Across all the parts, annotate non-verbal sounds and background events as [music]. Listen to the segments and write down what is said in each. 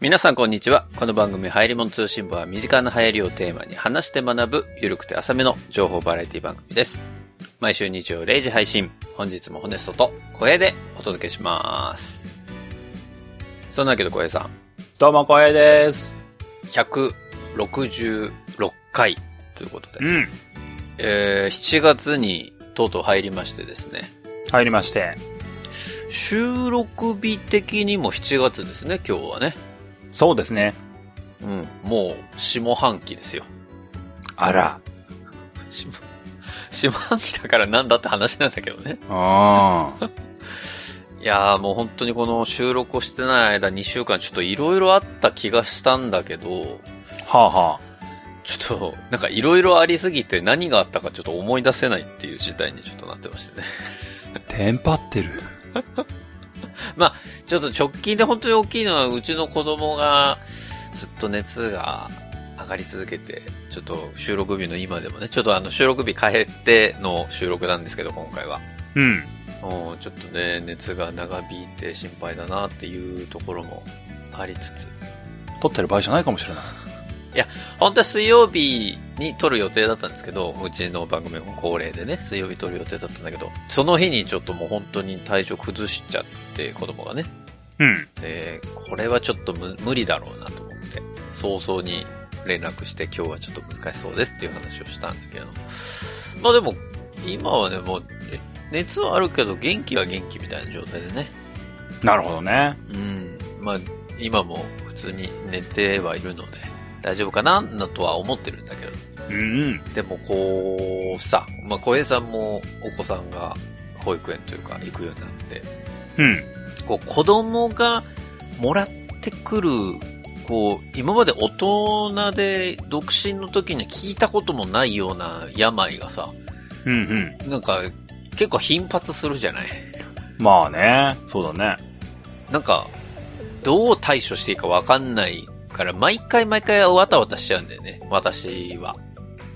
皆さんこんにちは。この番組、入り物通信部は身近な流行りをテーマに話して学ぶ、ゆるくて浅めの情報バラエティ番組です。毎週日曜0時配信、本日もホネストと小平でお届けします。そんなわけで小平さん、どうも、光栄です。 166回ということで、うん。えー、7月にとうとう入りましてですね、入りまして。収録日的にも7月ですね、今日はね。そうですね。うん、もう下半期ですよ。あら。下下半期だからなんだって話なんだけどね。 [laughs] ああ。いやーもう本当にこの収録をしてない間2週間ちょっといろいろあった気がしたんだけど、はあはちょっとなんかいろいろありすぎて何があったかちょっと思い出せないっていう事態にちょっとなってましてね。 [laughs] あ。テンパってる。ちょっと直近で本当に大きいのはうちの子供がずっと熱が上がり続けて、ちょっと収録日の今でもね、ちょっとあの収録日変えての収録なんですけど今回は。うん。うん、ちょっとね、熱が長引いて心配だなっていうところもありつつ。撮ってる場合じゃないかもしれない。本当は水曜日に撮る予定だったんですけど、うちの番組も恒例でね、水曜日撮る予定だったんだけど、その日にちょっともう本当に体調崩しちゃって、子供がね。うん。で、これはちょっとむ無理だろうなと思って、早々に連絡して今日はちょっと難しそうですっていう話をしたんだけど。まあでも、今はね、もう、え熱はあるけど元気は元気みたいな状態でね。なるほどね。うん。まあ、今も普通に寝てはいるので、大丈夫かななとは思ってるんだけど。うんうん。でもこう、さ、まあ、小平さんもお子さんが保育園というか行くようになって、うん。こう子供がもらってくる、こう、今まで大人で独身の時に聞いたこともないような病がさ、うんうん。なんか結構頻発するじゃないまあね。そうだね。なんか、どう対処していいかわかんないから、毎回毎回わたわたしちゃうんだよね、私は。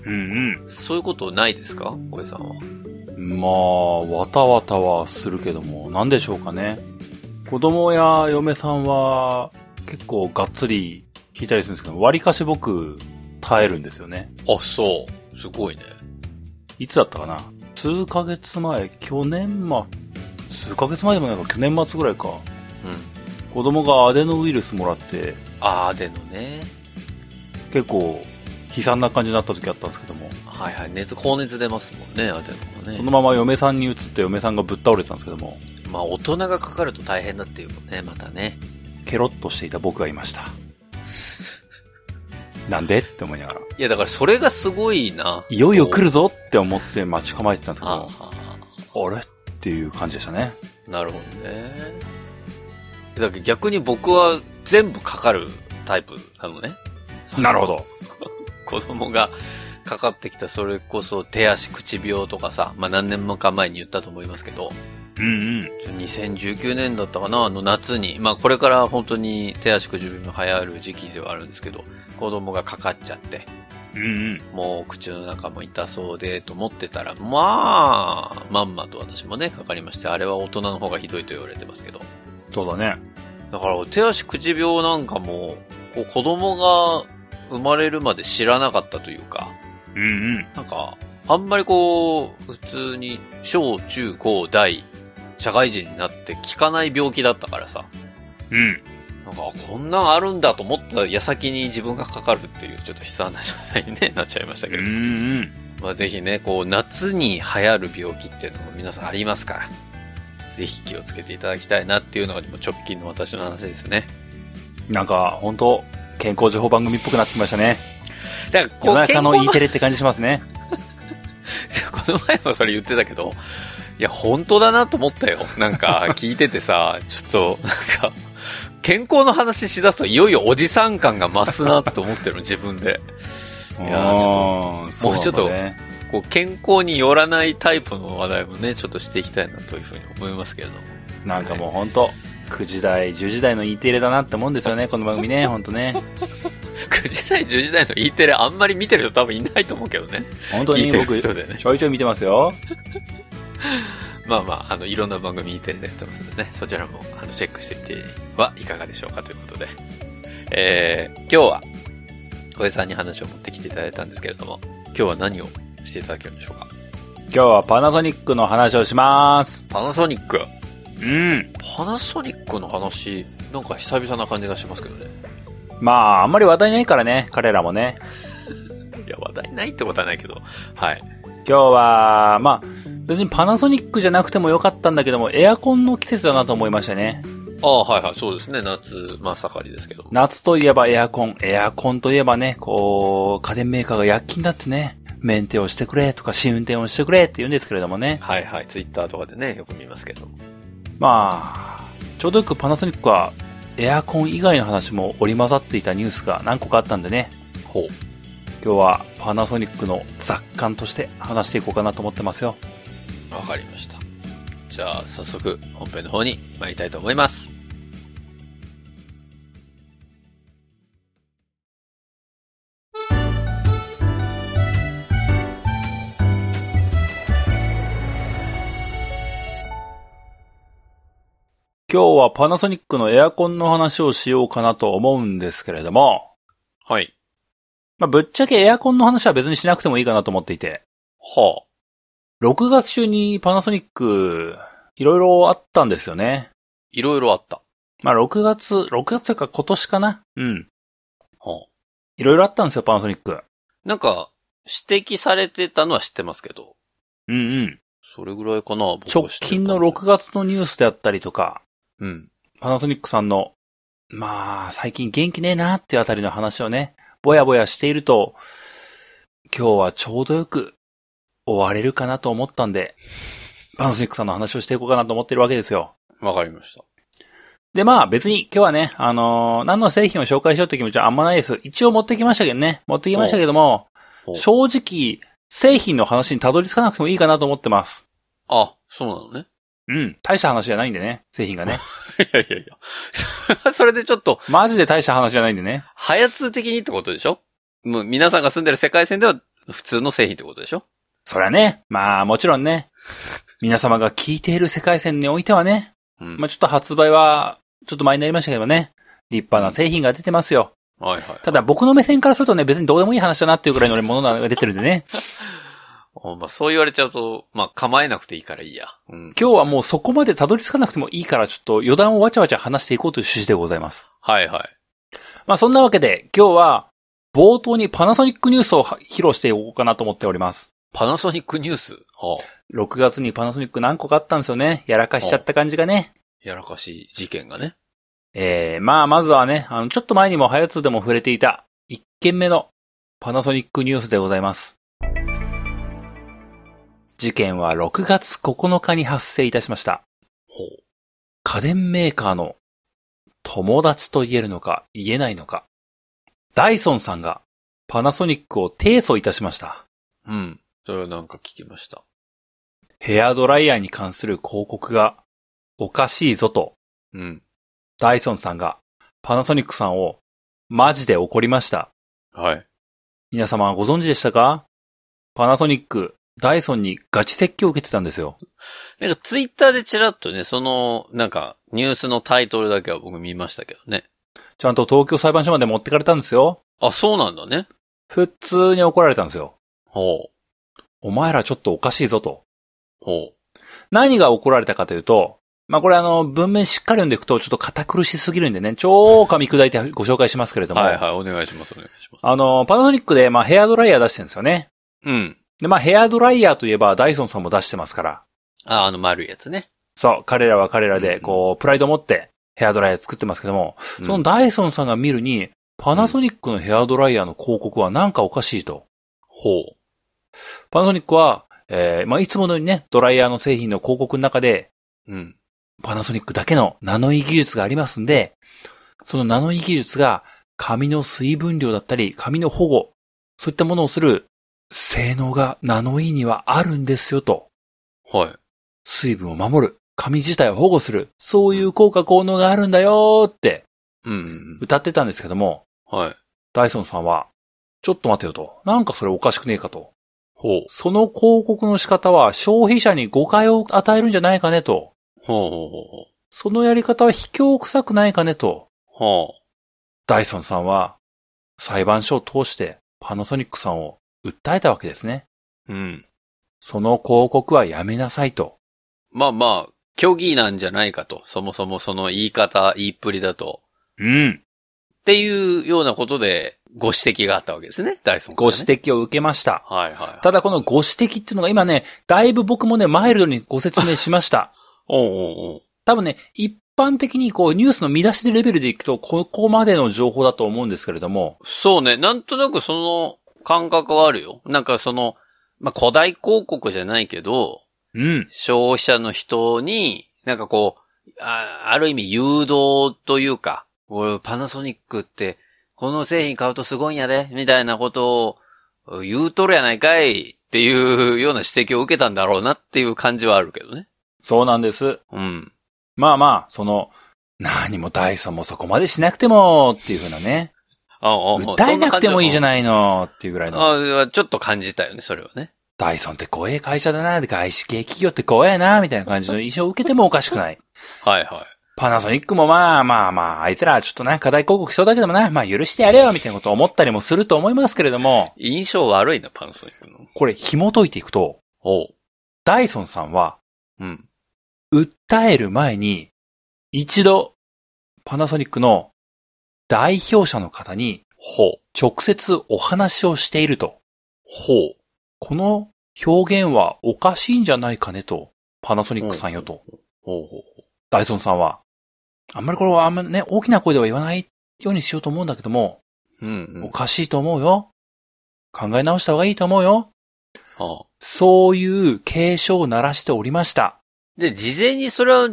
うんそういうことないですか小平さんは。うん。まあ、わたわたはするけども、なんでしょうかね。子供や嫁さんは、結構がっつり弾いたりするんですけど、割かし僕、耐えるんですよね。あ、そう。すごいね。いつだったかな数ヶ月前、去年末、数ヶ月前でもないか、去年末ぐらいか。うん。子供がアデノウイルスもらって、あーでのね。結構悲惨な感じになった時あったんですけども、はいはい。熱、高熱出ますもんね、アデノもね。そのまま嫁さんに移って嫁さんがぶっ倒れてたんですけども、まあ、大人がかかると大変だっていうもんね、またね。ケロッとしていた僕がいました。なんでって思いながら、いや、だからそれがすごいな。いよいよ来るぞって思って待ち構えてたんですけあどあ、も、あれっていう感じでしたね。なるほどね。だから逆に僕は全部かかるタイプなのね。なるほど。 [laughs] 子供がかかってきた、それこそ手足口病とかさ、まあ何年もか前に言ったと思いますけど、うんうん。ちょ2019年だったかな、あの夏に、まあこれから本当に手足口病も流行る時期ではあるんですけど、子供がかかっちゃって、うんもう口の中も痛そうでと思ってたら、まあ、まんまと私もね、かかりまして、あれは大人の方がひどいと言われてますけど。うん。そうだね。だから、手足口病なんかも、こう子供が生まれるまで知らなかったというか、うんうん。なんか、あんまりこう、普通に小中高大、社会人になって効かない病気だったからさ、うん。なんか、こんなんあるんだと思った矢先に自分がかかるっていう、ちょっと悲惨な状態に、ね、なっ [laughs] ちゃいましたけど。んうん。まあ、ぜひね、こう、夏に流行る病気っていうのも皆さんありますから、ぜひ気をつけていただきたいなっていうのが、もう直近の私の話ですね。なんか、本当健康情報番組っぽくなってきましたね。だから、夜こう、健中康の E の、テレって感じしますね。 [laughs] この前もそれ言ってたけど、いや、本当だなと思ったよ。なんか、聞いててさ、ちょっと、なんか、健康の話しだすと、いよいよおじさん感が増すなと思ってるの、自分で。 [laughs] いやーちょっもうちょっとこう、健康によらないタイプの話題もね、ちょっとしていきたいなというふうに思いますけれども。なんかもう本当9時台、10時台の E テレだなって思うんですよね、この番組 [laughs] ね、本当ね。 9時台、10時台の E テレあんまり見てる人多分いないと思うけどね。本当聞いにてる僕、人でね。ちょいちょい見てますよ。まあまあ、あの、いろんな番組 E テレでやってますのでね、そちらも、あの、チェックしてみてはいかがでしょうかということで。えー、今日は、小江さんに話を持ってきていただいたんですけれども、今日は何をしていただけるんでしょうか今日はパナソニックの話をします。パナソニック。うん。パナソニックの話、なんか久々な感じがしますけどね。まあ、あんまり話題ないからね、彼らもね。いや、話題ないってことはないけど。はい。今日は、まあ、別にパナソニックじゃなくてもよかったんだけども、エアコンの季節だなと思いましたね。ああ、はいはい、そうですね。夏、まあ、盛りですけども。夏といえばエアコン、エアコンといえばね、こう、家電メーカーが躍起になってね、メンテをしてくれとか試運転をしてくれって言うんですけれどもね。はいはい、ツイッターとかでね、よく見ますけども。まあ、ちょうどよくパナソニックは、エアコン以外の話も織り交ざっていたニュースが何個かあったんでね、ほう。今日はパナソニックの雑感として話していこうかなと思ってますよ。わかりました。じゃあ、早速、本編の方に参りたいと思います。今日はパナソニックのエアコンの話をしようかなと思うんですけれども、はい。まあ、ぶっちゃけエアコンの話は別にしなくてもいいかなと思っていて、は6月中にパナソニック、いろいろあったんですよね。い。いろいろあった。まあ、6月、6月というか今年かなうん。はあ。いろいろあったんですよ、パナソニック。なんか、指摘されてたのは知ってますけど、うんうん。それぐらいかな、僕は直知ってる近の感じ6月のニュースであったりとか、うん。パナソニックさんの、まあ、最近元気ねえなっていうあたりの話をね、ぼやぼやしていると、今日はちょうどよく終われるかなと思ったんで、パナソニックさんの話をしていこうかなと思ってるわけですよ。わかりました。で、まあ別に今日はね、あのー何の製品を紹介しようって気持ちはあんまないです。一応持ってきましたけどね。持ってきましたけどもおうお、う正直、製品の話にたどり着かなくてもいいかなと思ってます。あ、そうなのね。 [laughs] うん。大した話じゃないんでね。製品がね。いやいやいや。 [laughs] それはそれでちょっと、マジで大した話じゃないんでね。早通的にってことでしょもう皆さんが住んでる世界線では普通の製品ってことでしょそりゃね、まあもちろんね、皆様が聞いている世界線においてはね、うんまあちょっと発売は、ちょっと前になりましたけどね、立派な製品が出てますよ。はいはい。ただ僕の目線からするとね、別にどうでもいい話だなっていうくらいのものが出てるんでね、おまあ、そう言われちゃうと、まあ、構えなくていいからいいや。うん。今日はもうそこまでたどり着かなくてもいいから、ちょっと余談をわちゃわちゃ話していこうという趣旨でございます。はいはい。まあそんなわけで、今日は、冒頭にパナソニックニュースを披露していこうかなと思っております。パナソニックニュース。はあ、 6月にパナソニック何個かあったんですよね。やらかしちゃった感じがね。やらかしい事件がね。えー、まあ、まずはね、あの、ちょっと前にも、ハヤツでも触れていた、1件目のパナソニックニュースでございます。事件は6月9日に発生いたしました。ほう。家電メーカーの友達と言えるのか言えないのか。ダイソンさんがパナソニックを提訴いたしました。うん。それはなんか聞きました。ヘアドライヤーに関する広告がおかしいぞとうん。ダイソンさんがパナソニックさんをマジで怒りました。はい。皆様はご存知でしたかパナソニック、ダイソンにガチ説教を受けてたんですよ。なんかツイッターでちらっとね、その、なんか、ニュースのタイトルだけは僕見ましたけどね。ちゃんと東京裁判所まで持ってかれたんですよ。あ、そうなんだね。普通に怒られたんですよ。ほう。お前らちょっとおかしいぞと。ほ何が怒られたかというと、まあ、これあの、文面しっかり読んでいくとちょっと堅苦しすぎるんでね、超噛み砕いてご紹介しますけれう。ども、はいはい。お願いします。お願いします。あの、パナソニックでまあヘアドライヤー出してるんですよね。うん。で、まあヘアドライヤーといえばダイソンさんも出してますから、あ、あの丸いやつね。そう、彼らは彼らで、こう、プライドを持ってヘアドライヤー作ってますけども、うんそのダイソンさんが見るに、パナソニックのヘアドライヤーの広告はなんかおかしいと。ほう。パナソニックは、えー、まあ、いつものようにね、ドライヤーの製品の広告の中で、うん。パナソニックだけのナノイ技術がありますんで、そのナノイ技術が髪の水分量だったり、髪の保護、そういったものをする性能がナノイにはあるんですよと。はい。水分を守る。髪自体を保護する。そういう効果効能があるんだよーってうんうん歌ってたんですけども、うん。はい。ダイソンさんは、ちょっと待てよと。なんかそれおかしくねえかと。ほう。その広告の仕方は消費者に誤解を与えるんじゃないかねと。ほうほうほうほう。そのやり方は卑怯臭くないかねと。はダイソンさんは裁判所を通してパナソニックさんを訴えたわけですね。うん。その広告はやめなさいと。まあまあ、虚偽なんじゃないかと。そもそもその言い方、言いっぷりだと。うん。っていうようなことで、ご指摘があったわけですね、ダイソン、ね。ご指。摘を受けました。はいはいはい。ただこのご指摘っていうのが今ね、だいぶ僕もね、マイルドにご説明しました。おうおうおう多分ね、一般的にこうニュースの見出しでレベルでいくと、ここまでの情報だと思うんですけれども、そうね、なんとなくその感覚はあるよ。なんかその、まあ、古代広告じゃないけど、うん。消費者の人に、なんかこう、あある意味誘導というか、おいパナソニックって、この製品買うとすごいんやで、みたいなことを言うとるやないかいっていうような指摘を受けたんだろうなっていう感じはあるけどね。そうなんです。うん。まあまあ、その、何もダイソンもそこまでしなくてもっていうふうなね、あああ訴えなくてもいいじゃない。ないのっていうぐらいの、ああちょっと感じたよね、それはね。ダイソンって怖え会社だな、外資系企業って怖えな、みたいな感じの印象を受けてもおかしく [laughs] ない。はいはい。パナソニックもまあまあまあ、あいつらちょっとな、課題広告しそうだけどもな、まあ許してやれよ、みたいなことを思ったりもすると思いますけれども、印象悪いな、パナソニックの。これ紐解いていくと、おう。ダイソンさんは、うん。訴える前に、一度、パナソニックの代表者の方にほう。直接お話をしていると。ほう。この表現はおかしいんじゃないかねと、パナソニックさんよと、ほうほう。ダイソンさんは。あんまりこれはあんまね、大きな声では言わないようにしようと思うんだけども、うん、うん。おかしいと思うよ。考え直した方がいいと思うよ。ああそういう警鐘を鳴らしておりました。で、事前にそれは、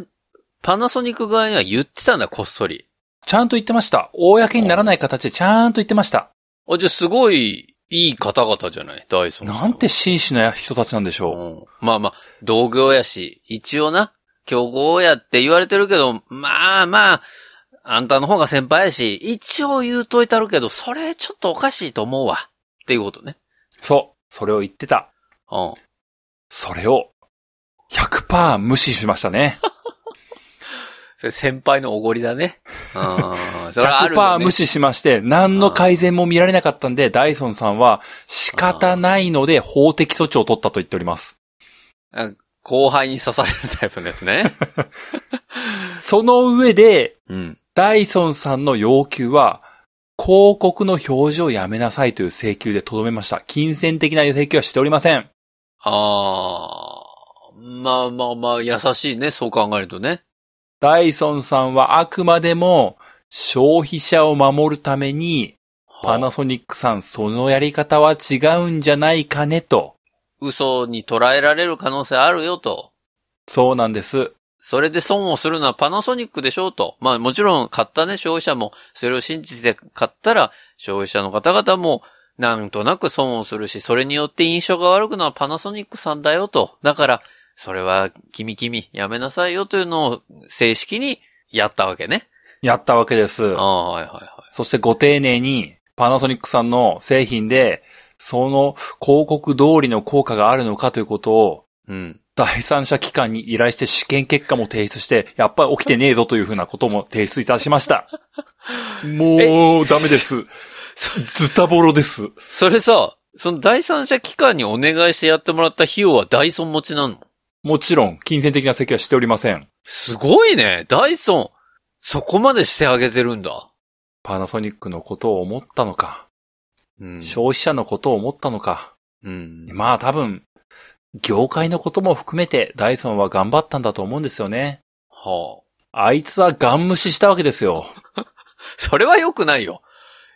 パナソニック側には言ってたんだ、こっそり。ちゃんと言ってました。公にならない形でちゃんと言ってました。あ、じゃあすごい、いい方々じゃないダイソンさ。なんて真摯な人たちなんでしうょん。まあまあ、同業やし、一応な、競合やって言われてるけど、まあまあ、あんたの方が先輩やし、一応言うといたるけど、それちょっとおかしいと思うわ。っていうことね。う。そう。それを言ってた。うん。それを100%無視しましたね。それ先輩のおごりだね。 [laughs] うん。 [laughs] それはあるよ、 100%ね。無視しまして、何の改善も見られなかったんで、ダイソンさんは仕方ないので法的措置を取ったと言っております。あ後輩に刺されるタイプのやつ [laughs] ね。その上で、うん。ダイソンさんの要求は、広告の表示をやめなさいという請求でとどめました。金銭的な請求はしておりません。ああ、まあまあまあ、優しいね、そう考えるとね。ダイソンさんはあくまでも消費者を守るために、パナソニックさんそのやり方は違うんじゃないかねと。嘘に捉えられる可能性あるよと。そうなんです。それで損をするのはパナソニックでしょうと。まあもちろん買ったね、消費者も、それを信じて買ったら、消費者の方々も、なんとなく損をするし、それによって印象が悪くのはパナソニックさんだよと。だから、それは、君君、やめなさいよというのを正式にやったわけね。やったわけですあ。あ、はいはいはそしてご丁寧にパナソニックさんの製品で、その広告通りの効果があるのかということをい。うん。第三者機関に依頼して試験結果も提出して、やっぱり起きてねえぞというふうなことも提出いたしました。もう、ダメです。ズタボロです。それさ、その第三者機関にお願いしてやってもらった費用はダイソン持ちなのもちろん、金銭的な席はしておりません。すごいね。ダイソン、そこまでしてあげてるんだ。パナソニックのことを思ったのか、うん消費者のことを思ったのか、うん。まあ多分、業界のことも含めてダイソンは頑張ったんだと思うんですよね。はあいつはガン無視したわけですよ。あ。それは良くないよ。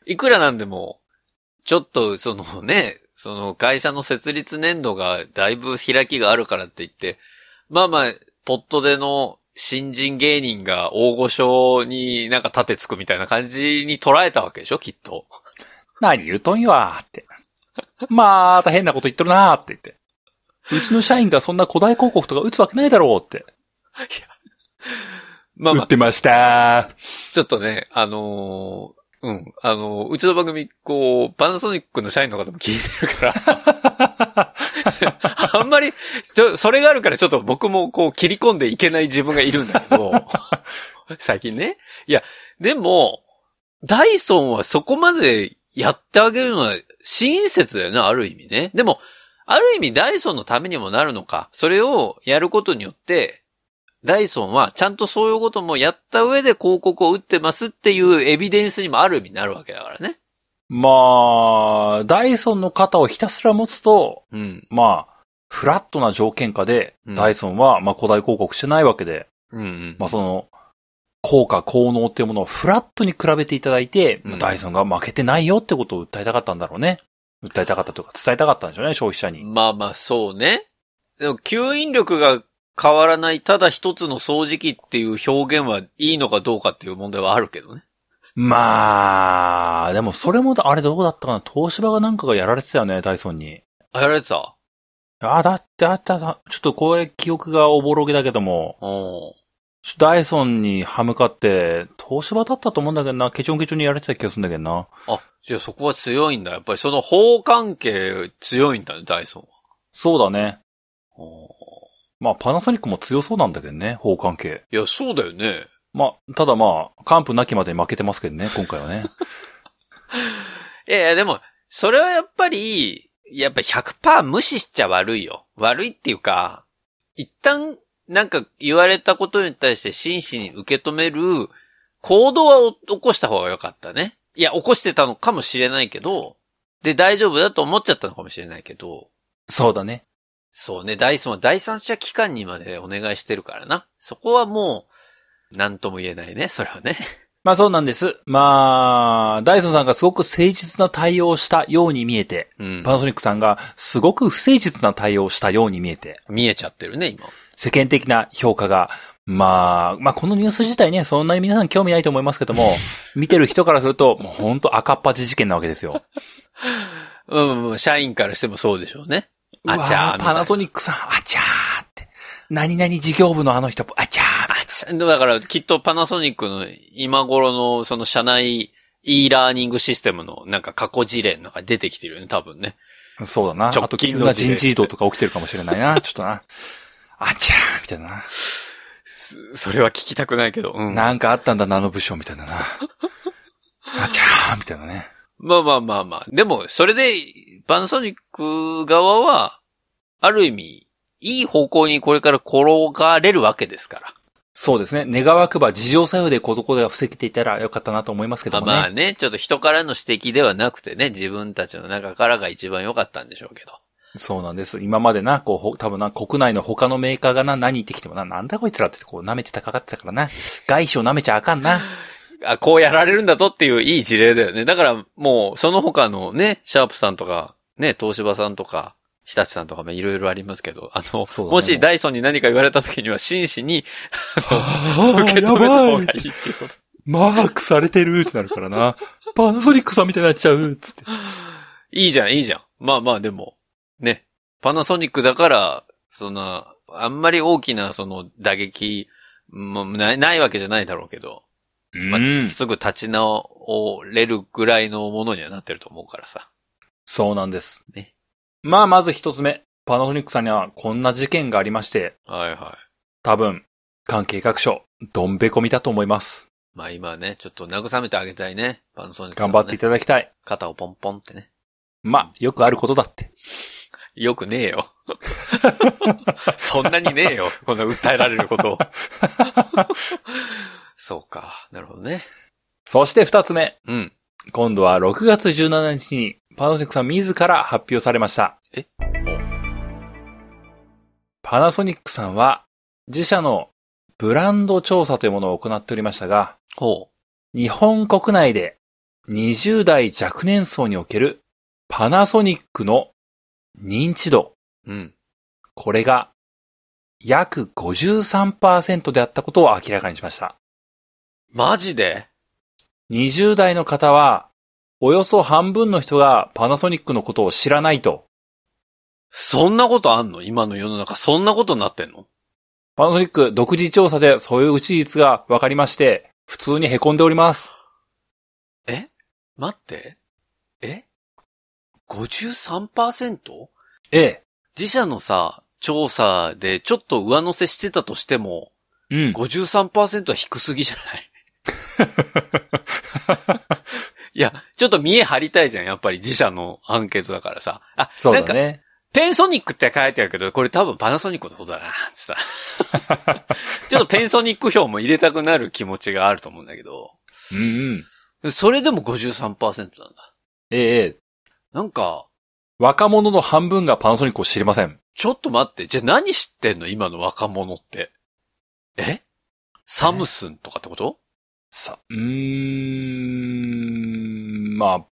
いくらなんでも、ちょっと、そのね、その会社の設立年度がだいぶ開きがあるからって言って、まあまあ、ポットでの新人芸人が大御所になんか盾つくみたいな感じに捉えたわけでしょ、きっと。何言うとんやーって。また変なこと言っとるなーって言って。うちの社員がそんな古代広告とか打つわけないだろうって。まあまあ、てましたちょっとね、あのーうん、あのーうちの番組、こう、パナソニックの社員の方も聞いてるから、 [laughs] あんまり、ちょ、それがあるからちょっと僕もこう切り込んでいけない自分がいるんだけど、最近ね。いや、でも、ダイソンはそこまでやってあげるのは親切だよね、ある意味ね。でも、ある意味ダイソンのためにもなるのか。それをやることによって、ダイソンはちゃんとそういうこともやった上で広告を打ってますっていうエビデンスにもある意味になるわけだからね。まあ、ダイソンの肩をひたすら持つと、うん。まあ、フラットな条件下で、うんダイソンは、まあ、古代広告してないわけで、うん、うん。まあ、その、効果、効能っていうものをフラットに比べていただいて、まあうんダイソンが負けてないよってことを訴えたかったんだろうね。訴えたかったというか、伝えたかったんでしょうね、消費者に。まあまあ、そうね。でも、吸引力が変わらない、ただ一つの掃除機っていう表現はいいのかどうかっていう問題はあるけどね。まあ、でもそれもだ、あれどうだったかな東芝がなんかがやられてたよね、ダイソンに。あ、やられてたあ、だってあったな、ちょっとこれ記憶がおぼろげだけども、うん。ちょっとダイソンに歯向かって、東芝だったと思うんだけどな、ケチョンケチョンにやれてた気がするんだけどな。あ、じゃあそこは強いんだ。やっぱりその法関係強いんだね、ダイソンそうだね。は。まあ、パナソニックも強そうなんだけどね、法関係。いや、そうだよね。まあ、ただまあ、完膚なきまでに負けてますけどね、今回は [laughs] ね。いやいや、でも、それはやっぱり、やっぱ100%無視しちゃ悪いよ。悪いっていうか、一旦、なんか言われたことに対して真摯に受け止める行動はお起こした方が良かったね。いや、起こしてたのかもしれないけど、で、大丈夫だと思っちゃったのかもしれないけど、そうだね。そうね、ダイソンは第三者機関にまでお願いしてるからな。そこはもう、なんとも言えないね、それはね。まあそうなんです。まあ、ダイソンさんがすごく誠実な対応をしたように見えて、うん。パナソニックさんがすごく不誠実な対応をしたように見えて、見えちゃってるね、今。世間的な評価が、まあ、まあこのニュース自体ね、そんなに皆さん興味ないと思いますけど [laughs] も、見てる人からすると、もうほんと赤っ端事件なわけですよ。うんうん、社員からしてもそうでしょうね。あちゃーみたいなパナソニックさん、あちゃーって。何々事業部のあの人、あちゃー。あちゃだから、きっとパナソニックの今頃の、その社内 e ラーニングシステムの、なんか過去事例の中に出てきてるよね、多分ね。そうだな。直あと近急の事例な人事異動とか起きてるかもしれない [laughs] な。ちょっとな。あちゃーみたいなな。そそれは聞きたくないけど。うん。なんかあったんだな、あの部署みたいなな。あちゃーみたいなね。まあまあまあまあ。でも、それで、パナソニック側は、ある意味、いい方向にこれから転がれるわけですから。そうですね。願わくば事情作用でこのことが防げていたらよかったなと思いますけまあどもね。まあね、ちょっと人からの指摘ではなくてね、自分たちの中からが一番良かったんでしょうけど。そうなんです。今までな、こうほ、多分な、国内の他のメーカーがな、何言ってきてもな、なんだこいつらってこう舐めてたかかってたからな。外資を舐めちゃあかんな。あ、こうやられるんだぞっていういい事例だよね。だからもう、その他のね、シャープさんとか、ね、東芝さんとか、日立さんとかもいろいろありますけど、あの、そうだねもしダイソンに何か言われた時には真摯に [laughs] 受け止めた方がいいっていうこと。 [laughs] マークされてるってなるからな。パナソニックさんみたいになっちゃうつって。いいじゃん、いいじゃん。まあまあ、でも、ね。パナソニックだから、そんな、あんまり大きな、その、打撃、もない、ないわけじゃないだろうけど、まあうん。すぐ立ち直れるぐらいのものにはなってると思うからさ。そうなんです。ねまあ、まず一つ目。パナソニックさんにはこんな事件がありまして、はいは多分、関係各所、どんべこみだと思います。い。まあ今はね、ちょっと慰めてあげたいね。パナソニックさん頑ね張っていただきたい。肩をポンポンってね。まあ、よくあることだって。よくねえよ。 [laughs] そんなにねえよ。こんな訴えられる [laughs] ことを。そうか。なるほどね。そして二つ目。うん。今度は6月17日に、パナソニックさん自ら発表されました。えパナソニックさんは、自社のブランド調査というものを行っておりましたが、ほ日本国内で20代若年層におけるパナソニックの認知度、う。うん。これが約53%であったことを明らかにしました。マジで20代の方は、およそ半分の人がパナソニックのことを知らないと。そんなことあんの今の世の中、そんなことになってんのパナソニック独自調査でそういう事実が分かりまして、普通に凹んでおります。待って。え ?53%? え自社のさ、調査でちょっと上乗せしてたとしても、え。うん。 53%は低すぎじゃない [laughs] いや、ちょっと見え張りたいじゃん、やっぱり自社のアンケートだからさ。あ、そうなんだか、ね。ペンソニックって書いてあるけど、これ多分パナソニックのことだな、つってさ。 [laughs] ちょっとペンソニック票も入れたくなる気持ちがあると思うんだけど、うんうん。それでも53%なんだ。ええええ、なんか、若者の半分がパナソニックを知りません。ちょっと待って、じゃあ何知ってんの今の若者って。えサムスンとかってことさ、うーん、ま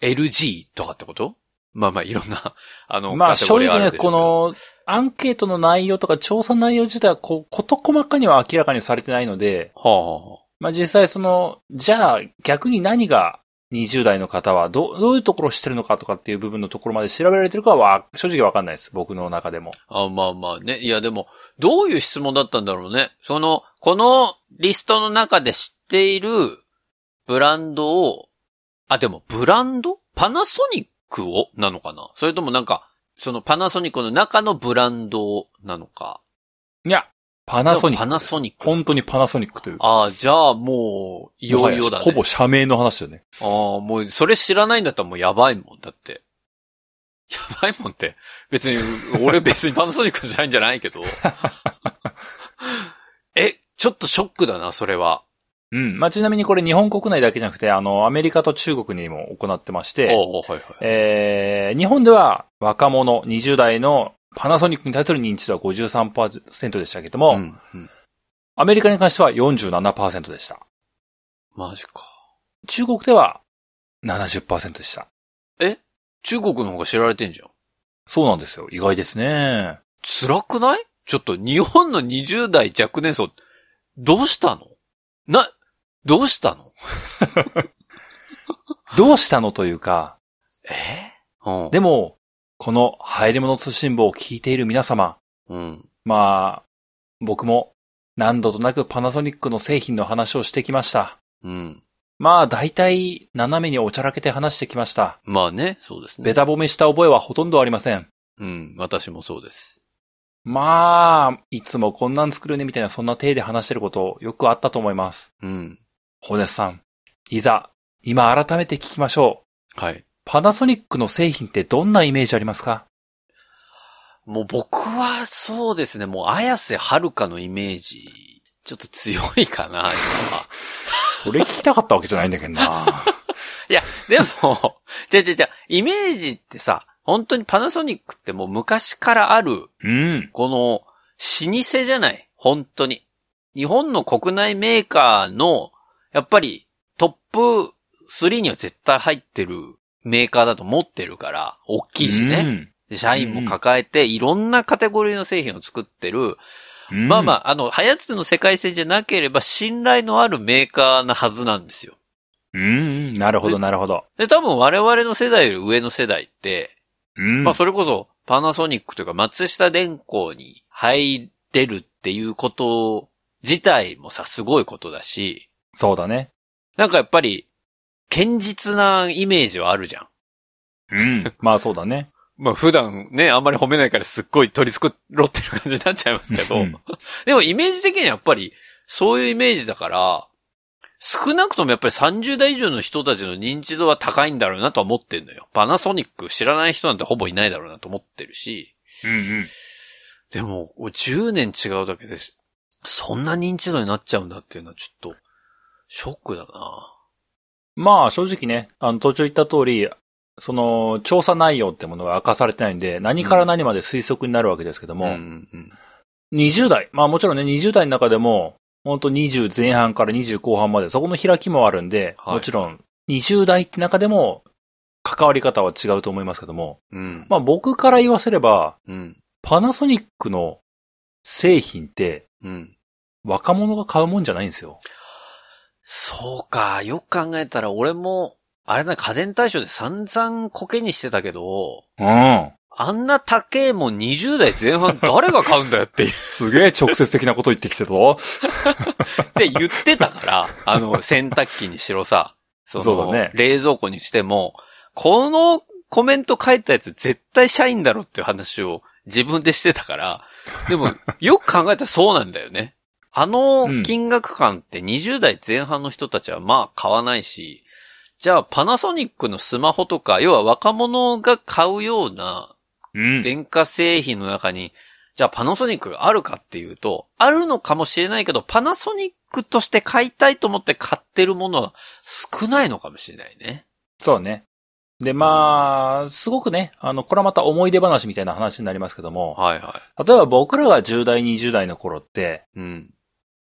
?LG とかってことまあまあいろんな、 [laughs] ああ、の、まあカテ正ゴリー直るね、でしょこうけどの、アンケートの内容とか調査内容自体は、こう、こと細かには明らかにされてないので、はあはあはあまあ実際その、じゃあ逆に何が20代の方はど、どういうところをしてるのかとかっていう部分のところまで調べられてるかは、正直わかんないです。僕の中でも。あ、まあまあね。いやでも、どういう質問だったんだろうね。その、このリストの中で知っているブランドを、あ、でもブランドパナソニックをなのかなそれともなんか、そのパナソニックの中のブランドなのか。いや、パナソニックです。パナソニック本当にパナソニックという。ああ、じゃあもう、いよいよだね。ほぼ社名の話だよね。ああ、もう、それ知らないんだったらもうやばいもん、だって。やばいもんって、別に、俺別にパナソニックじゃないんじゃないけ [laughs] ど。え、ちょっとショックだな、それは。うん。まあ、ちなみにこれ日本国内だけじゃなくて、あの、アメリカと中国にも行ってましおて、うおうはいはい。えー、日本では若者20代のパナソニックに対する認知度は53%でしたけども、うん、うん。アメリカに関しては47%でした。マジか。中国では70%でした。中国の方が知られてんじゃん。そうなんですよ。意外ですね。辛くないちょっと日本の20代若年層、どうしたのな、どうしたのどうしたのというか、えうん。でも、この入り物通信簿を聞いている皆様、うん。まあ、僕も何度となくパナソニックの製品の話をしてきました。うん。まあ、大体、斜めにおちゃらけて話してきました。まあね、そうですね。べた褒めした覚えはほとんどありません。うん、私もそうです。まあ、いつもこんなん作るねみたいなそんな体で話してることよくあったと思います。うん。ホネスさん、いざ、今改めて聞きましょう。はい。パナソニックの製品ってどんなイメージありますかもう僕はそうですね、もう綾瀬はるかのイメージ、ちょっと強いかな、今は。それ聞きたかったわけじゃないんだけどな。でも、 [laughs] じゃじゃじゃ、イメージってさ、本当にパナソニックってもう昔からある、 [laughs] うん。この、老舗じゃない本当に。日本の国内メーカーの、やっぱりトップ3には絶対入ってるメーカーだと思ってるから、大きいしね。社員も抱えて、いろんなカテゴリーの製品を作ってる、うん。うんまあまあ、あの、ハヤツの世界線じゃなければ信頼のあるメーカーなはずなんですよ。うんうん。なるほど、なるほど。で、多分我々の世代より上の世代って、うん。まあそれこそパナソニックというか松下電工に入れるっていうこと自体もさ、すごいことだし、そうだね。なんかやっぱり、堅実なイメージはあるじゃん。 [laughs] うん。まあそうだね。まあ普段ね、あんまり褒めないからすっごい取り繕ってる感じになっちゃいますけど、うんでもイメージ的にはやっぱりそういうイメージだから、少なくともやっぱり30代以上の人たちの認知度は高いんだろうなとは思ってんのよ。パナソニック知らない人なんてほぼいないだろうなと思ってるし、うんでも10年違うだけです。そんな認知度になっちゃうんだっていうのはちょっと、ショックだなうん。まあ正直ね、あの途中言った通り、その調査内容ってものが明かされてないんで、何から何まで推測になるわけですけども、うんうん20代、まあもちろんね、20代の中でも、本当20前半から20後半まで、そこの開きもあるんで、はいもちろん20代って中でも、関わり方は違うと思いますけども、うん。まあ僕から言わせれば、うん。パナソニックの製品ってうん。若者が買うもんじゃないんですよ。そうか。よく考えたら俺も、あれだ、家電対象で散々コケにしてたけど、うん。あんな高えもん20代前半誰が買うんだよ [laughs] って言すげえ直接的なこと言ってきてたぞ。って言ってたから、あの、洗濯機にしろさ、そのそうだね冷蔵庫にしても、このコメント書いたやつ絶対社員だろっていう話を自分でしてたから、でも、よく考えたらそうなんだよね。あの金額感って20代前半の人たちはまあ買わないし、じゃあパナソニックのスマホとか、要は若者が買うようなうん。 [laughs] 電化製品の中に、じゃあパナソニックがあるかっていうと、あるのかもしれないけど、パナソニックとして買いたいと思って買ってるものは少ないのかもしれないね。そうね。で、まあ、すごくね、あの、これはまた思い出話みたいな話になりますけども、はいは例えば僕らが10代、20代の頃って、い。うん。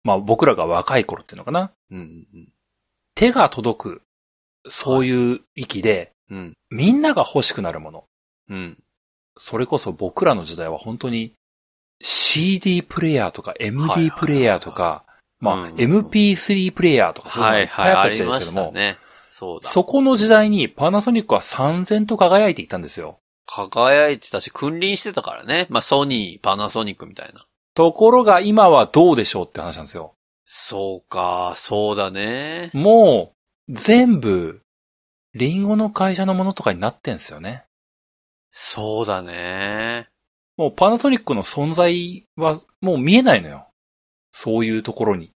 まあ僕らが若い頃っていうのかな、うん。うん手が届く、そういう域で、うん。みんなが欲しくなるもの。うん。それこそ僕らの時代は本当に CD プレイヤーとかはいはい MD プレイヤーとか、まうんあ MP3 プレイヤーとかそういうはのがい流はい。行っあた時り代でますしけどたも、ね。そうだ。そこの時代にパナソニックは三千と輝いていったんですよ。輝いてたし、君臨してたからね。まあ、ソニー、パナソニックみたいな。ところが今はどうでしょうって話なんですよ。そうか、そうだね。もう全部リンゴの会社のものとかになってんすよね。そうだね。もうパナソニックの存在はもう見えないのよ。そういうところに。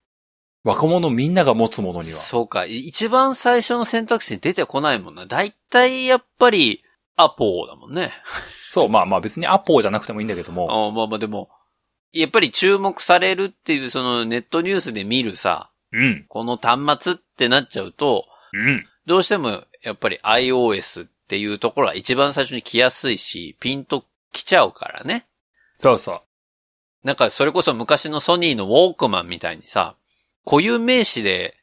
若者みんなが持つものには。そうか、い一番最初の選択肢に出てこないもんな。だいたいやっぱり、アポーだもんね。そう、まあまあ別にアポじゃなくてもいいんだけども。あまあまあでも、やっぱり注目されるっていう、そのネットニュースで見るさ、うん。この端末ってなっちゃうと、うん。どうしても、やっぱり iOS っていうところが一番最初に来やすいし、ピンと来ちゃうからね。そうそなんか、それこそ昔のソニーのウォークマンみたいにさ、固有名詞で、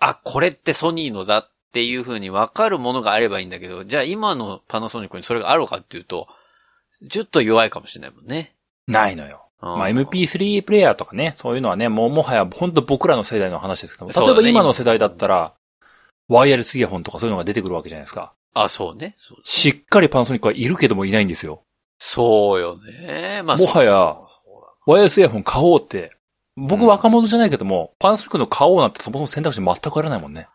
あ、これってソニーのだっていう風に分かるものがあればいいんだけど、じゃあ今のパナソニックにそれがあるかっていうと、ちょっと弱いかもしれないもんね。う。ないのよ。ままあ MP3 プレイヤーとかね、そういうのはね、もうもはや本当僕らの世代の話ですけども。そうだね例えば今の世代だったら、ワイヤレスイヤホンとかそういうのが出てくるわけじゃないですか。あ、そうね。そうしっかりパナソニックはいるけどもいないんですよ。そうよね。まあ、もはそうやだワイヤレスイヤホン買おうって。う僕ん若者じゃないけども、パナソニックの買おうなんてそもそも選択肢全くあらないもんね。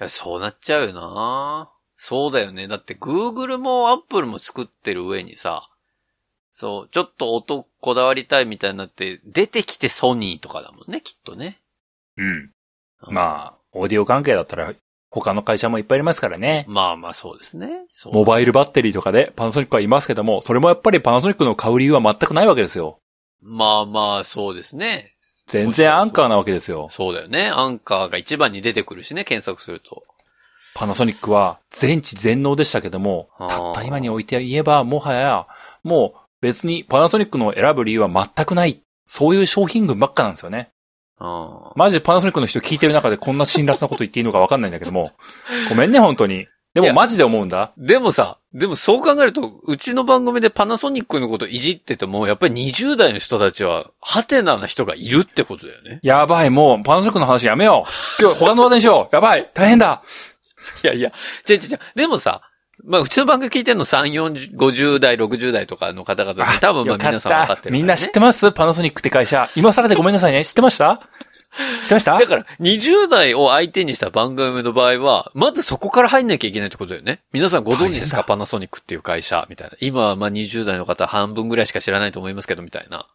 いや、そうなっちゃうよなそうだよね。だって Google も Apple も作ってる上にさ、そう、ちょっと音こだわりたいみたいになって、出てきてソニーとかだもんね、きっとね。うん。うんまあ、オーディオ関係だったら他の会社もいっぱいありますからね。まあまあそうですね。そうモバイルバッテリーとかでパナソニックはいますけども、それもやっぱりパナソニックの買う理由は全くないわけですよ。まあまあそうですね。全然アンカーなわけですよ。そうだよね。アンカーが一番に出てくるしね、検索すると。パナソニックは全知全能でしたけども、あーたった今において言えば、もはや、もう別にパナソニックの選ぶ理由は全くない。そういう商品群ばっかなんですよね。うん。マジパナソニックの人聞いてる中でこんな辛辣なこと言っていいのかわかんないんだけ [laughs] ども。ごめんね、本当に。でいやもマジで思うんだ。でもさ、でもそう考えると、うちの番組でパナソニックのこといじってても、やっぱり20代の人たちは、ハテナな人がいるってことだよね。やばい、もうパナソニックの話やめよ [laughs] う。今日他の話題にしよう。やばい、大変だ。いやいや、違う違う違う。でもさ、まあ、うちの番組聞いてるの3、40、50代、60代とかの方々で、多分まあよかった皆さん分かってるから、ね。みんな知ってますパナソニックって会社。今更でごめんなさいね。知ってました知ってました [laughs] だから、20代を相手にした番組の場合は、まずそこから入んなきゃいけないってことだよね。皆さんご存知です大変かだパナソニックっていう会社みたいな。今はまあ20代の方半分ぐらいしか知らないと思いますけど、みたいな。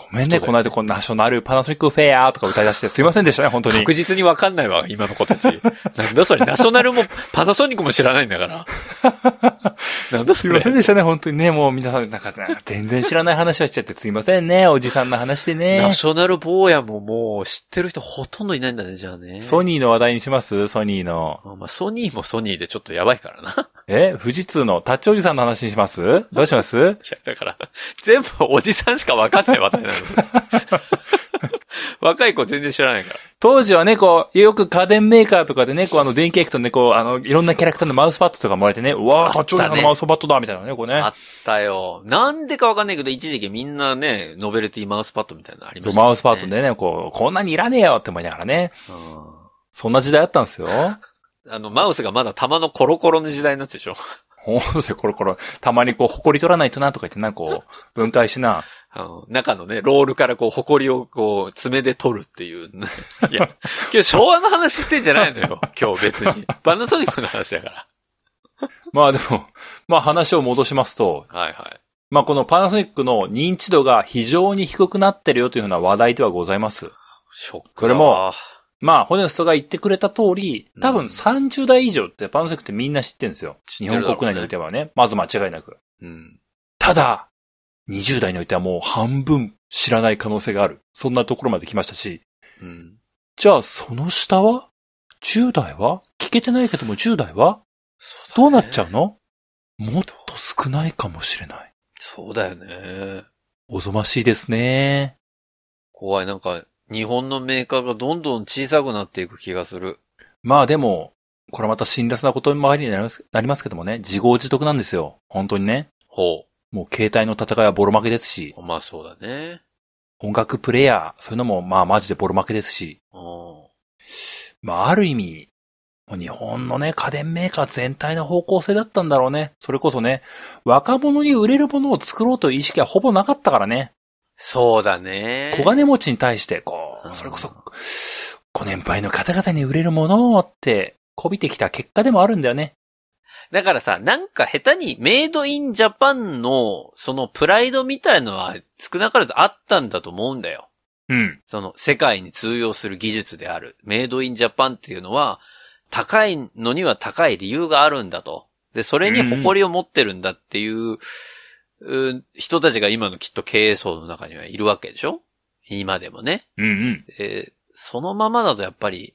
ごめんね、この間こうナショナルパナソニックフェアとか歌い出してすいませんでしたね、本当に。確実にわかんないわ、今の子 [laughs] たち。なんだそれ、ナショナルもパナソニックも知らないんだ [laughs] から。なんだすそいれま。せんでしたね、本当にね。もう皆さん、なんか、全然知らない話をしちゃってすいませんね、おじさんの話でナね。ショナル坊やももう知ってる人ほとんどいないんだね、じゃあね。ソニーの話題にしますソニーの。まあ、ソニーもソニーでちょっとやばいからな。え富士通のタッチおじさんの話にしますどうしますい [laughs] や、だから、全部おじさんしか分かんない話題なん [laughs] ですよ。若い子全然知らないから。当時はね、こう、よく家電メーカーとかでね、こう、あの、電気液とね、こう、あの、いろんなキャラクターのマウスパッドとかもらえてね、うわー、タッチおじさんのマウスパッドだみたいなね、こうねあ。ったよ。なんでか分かんないけど、一時期みんなね、ノベルティマウスパッドみたいなのありまそう、した、ね。マウスパッド。でね、こう、こんなにいらねえよって思いながらね。うん。そんな時代あったんですよ。あの、マウスがまだ玉のコロコロの時代のやつでしょ。ほんとコロコロ。たまにこう、埃取らないとなとか言ってな、こう、分解してな。あの中のね、ロールからこう、埃をこう、爪で取るって [laughs] いうね。いや、今日昭和の話してんじゃないのよ。今日別に。パナソニックの話だかまあでも、まあ話を戻しますと、ら。はいはい。まあこのパナソニックの認知度が非常に低くなってるよというふうな話題ではございます。ショックだそれも、まあ、ホネストが言ってくれた通り、多う分ん30代以上ってパナソニックってみんな知ってるんですよ。知日ってるだろう本ね国内においてはね、まず間違いなく。うん。ただ、20代においてはもう半分知らない可能性がある。そんなところまで来ましたし、うん。じゃあその下は ?10 代は聞けてないけども10代はそどうだなねっちゃうのもっと少ないかもしれない。そうだよね。おぞましいですね。怖い。なんか、日本のメーカーがどんどん小さくなっていく気がする。まあでも、これまた辛辣なことばかりになりますなりますけどもね、自業自得なんですよ。本当にね。ほもう携帯の戦いはボロ負けですし、う。まあそうだね。音楽プレイヤー、そういうのもまあマジでボロ負けですし、うん。まあある意味、もう日本のね、家電メーカー全体の方向性だったんだろうね。それこそね、若者に売れるものを作ろうという意識はほぼなかったからね。そうだね。小金持ちに対して、こうんう、それこそ、ご年配の方々に売れるものをって、こびてきた結果でもあるんだよね。だからさ、なんか下手にメイドインジャパンの、そのプライドみたいのは少なからずあったんだと思うんだよ。うん。その世界に通用する技術である。メイドインジャパンっていうのは、高いのには高い理由があるんだと。で、それに誇りを持ってるんだっていう、うん人たちが今のきっと経営層の中にはいるわけでしょ今でもね。うんうん。えーそのままだとやっぱり、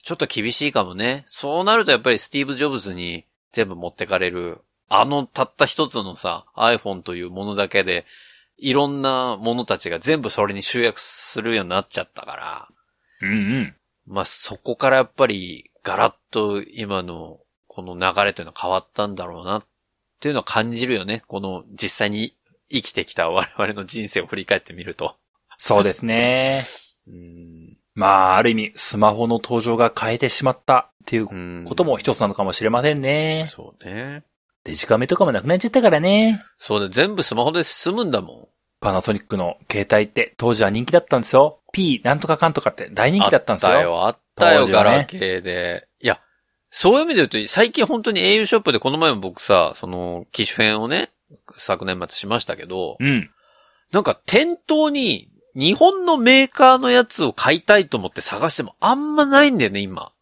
ちょっと厳しいかもね。そうなるとやっぱりスティーブ・ジョブズに全部持ってかれる、あのたった一つのさ、iPhone というものだけで、いろんなものたちが全部それに集約するようになっちゃったから、うんうん。まあそこからやっぱりガラッと今のこの流れというのは変わったんだろうなっていうのは感じるよね。この実際に生きてきた我々の人生を振り返ってみると。そうですね。うん。まあ、ある意味、スマホの登場が変えてしまったっていううんことも一つなのかもしれませんね。そうね。デジカメとかもなくなっちゃったからね。そうだ、全部スマホで済むんだもパナソニックの携帯って当時は人気だったんですよ。P なんとかかんとかって大ん。人気だったんですよ。あったよ、あったよ、当時ガはねラケーで。いや、そういう意味で言うと、最近本当に au ショップでこの前も僕さ、その、機種編をね、昨年末しましたけど、うん。なんか店頭に日本のメーカーのやつを買いたいと思って探してもあんまないんだよね、今。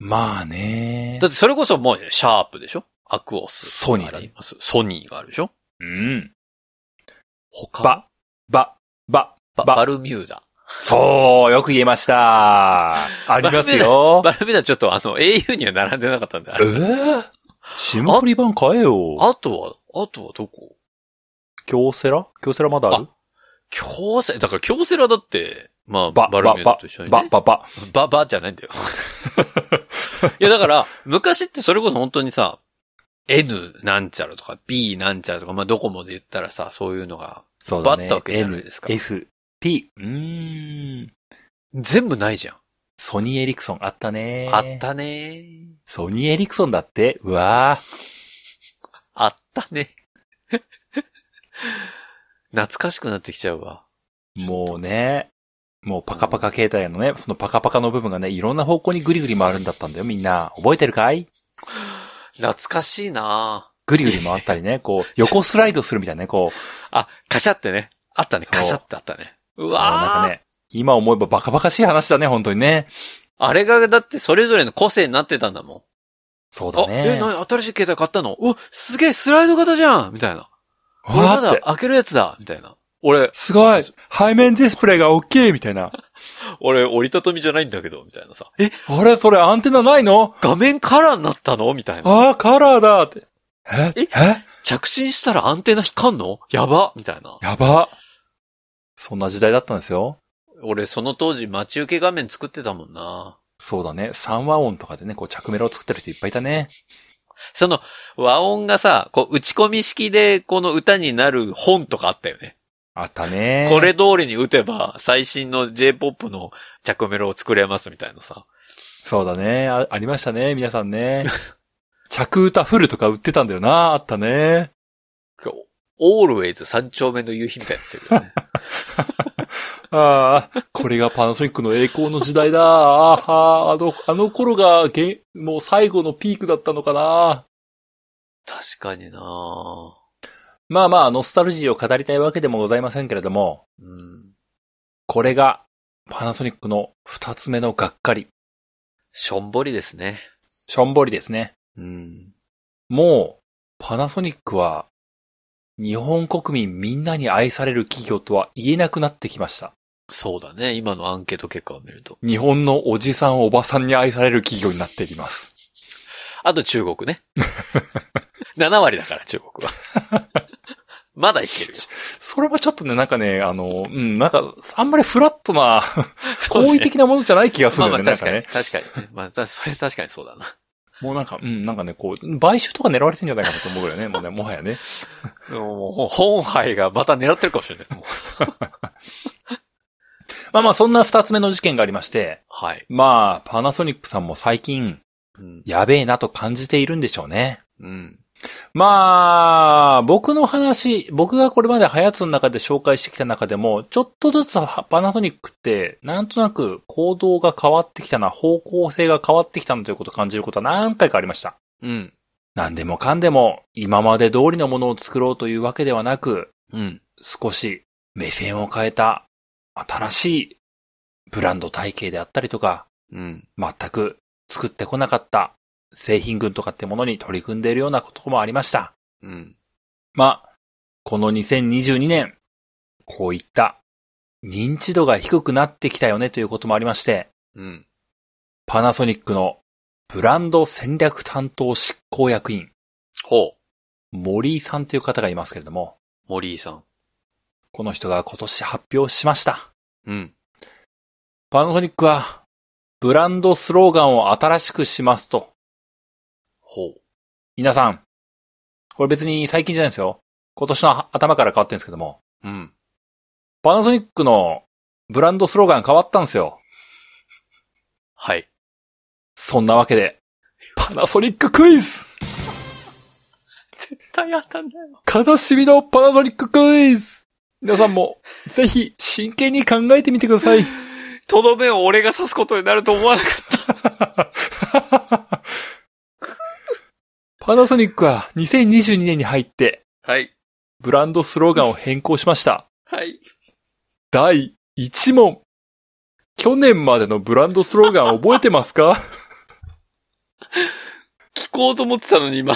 まあねだっ。てそれこそもうシャープでしょアクオス。ソニーだあります。ソニーがあるでしょうん。他ば、ば、ば。バババルミューダ。そう、よく言えました。ありますよ。バルミューダちょっとあの au には並んでなかったんで、あえれ。ぇ、シムフリ版買えよ。あとは、あとはどこ京セラ京セラまだある強制、だから強セラだって、まあ、ば、バば、ルミューダばと一緒、に、ばね、。ば、ば。ば、ばじゃないんだよ。 [laughs] いや、だから、昔ってそれこそ本当にさ、N なんちゃらとか B なんちゃらとか、まあ、ドコモで言ったらさ、そういうのが、そうだだねね。 N F、P。うーん。全部ないじゃん。ソニーエリクソンあったね。あっ。たねソニーエリクソンだって、うわぁ。あったね [laughs] 懐かしくなってきちゃうわ。もうね、もうパカパカ携帯のね、そのパカパカの部分がね、いろんな方向にグリグリ回るんだったんだよ、みんな。覚えてるかい懐かしいなグリグリ回った [laughs] りね、こう、横スライドするみたいなね、こう。あ、カシャってね。あったね。そうカシャってあったね。うあわのーなんかね、今思えばバカバカしい話だね、本当にね。あれが、だってそれぞれの個性になってたんだもん。そうだあ、え、ね。な新しい携帯買ったのうすげえ、スライド型じゃんみたいな。これまわーっだて。開けるやつだみたいな。俺、すごい背面ディスプレイが大きいみたいな。俺、折りたたみじゃないんだけど、みたいなさ。え、あれそれアンテナないの画面カラーになったのみたいな。ああ、カラーだって。えええ着信したらアンテナ光んのやばみたいな。やば。そんな時代だったんですよ。俺、その当時、待ち受け画面作ってたもんな。そうだね。三和音とかでね、こう着メロを作ってる人いっぱいいたね。その、和音がさ、こう、打ち込み式で、この歌になる本とかあったよね。あったね。これ通りに打てば、最新の J-POP の着メロを作れますみたいなさ。そうだねあ。ありましたね、皆さんね。 [laughs] 着歌フルとか売ってたんだよな。あったね。オールウェイズ三丁目の夕日みたいになってるよね。ああ、これがパナソニックの栄光の時代だ。ああ、あの、あの頃がげ、もう最後のピークだったのかな。確かになまあまあ、ノスタルジーを語りたいわけでもございませんけれども、うん。これがパナソニックの二つ目のがっかり。しょんぼりですね。しょんぼりですね。うん。もう、パナソニックは、日本国民みんなに愛される企業とは言えなくなってきました。そうだね。今のアンケート結果を見ると。日本のおじさんおばさんに愛される企業になっています。あと中国 [laughs] ね。7割だから、中国は。 [laughs] まだいけるよ。それはちょっとね、なんかね、あの、うん、なんか、あんまりフラットな、そうね好意的なものじゃない気がすまるあんまだあ [laughs] よね、なん確かかに、ね。確かにね。まあ、たそれ確かにそうだな。もうなんか、うん、なんかね、こう、買収とか狙われてんじゃないかなと思うぐらいね、もうね、もはやね。でももう、本杯がまた狙ってるかもしれない。もうまあまあ、そんな二つ目の事件がありまして、はい。まあ、パナソニックさんも最近、うん。やべえなと感じているんでしょうね。うん。まあ、僕の話、僕がこれまでハヤツの中で紹介してきた中でも、ちょっとずつはパナソニックって、なんとなく行動が変わってきたな、方向性が変わってきたなということを感じることは何回かありました。うん。何でもかんでも、今まで通りのものを作ろうというわけではなく、うん。少し目線を変えた、新しいブランド体系であったりとか、うん。全く作ってこなかった製品群とかってものに取り組んでいるようなこともありました。うん。まあ、この2022年、こういった認知度が低くなってきたよねということもありまして、うん。パナソニックのブランド戦略担当執行役員、ほう。森井さんという方がいますけれども、森井さん。この人が今年発表しました。うん。パナソニックは、ブランドスローガンを新しくしますと。ほう。皆さん、これ別に最近じゃないですよ。今年の頭から変わってるんですけども、うん。パナソニックのブランドスローガン変わったんですよ。はい。そんなわけで、パナソニッククイズ絶対当たんだよ。悲しみのパナソニッククイズ皆さんも、ぜひ、真剣に考えてみてください。とどめを俺が刺すことになると思わなかった。パナソニックは2022年に入って、はい。ブランドスローガンを変更しました。はい。第1問。去年までのブランドスローガン覚えてますか [laughs] 聞こうと思ってたのに [laughs] 今。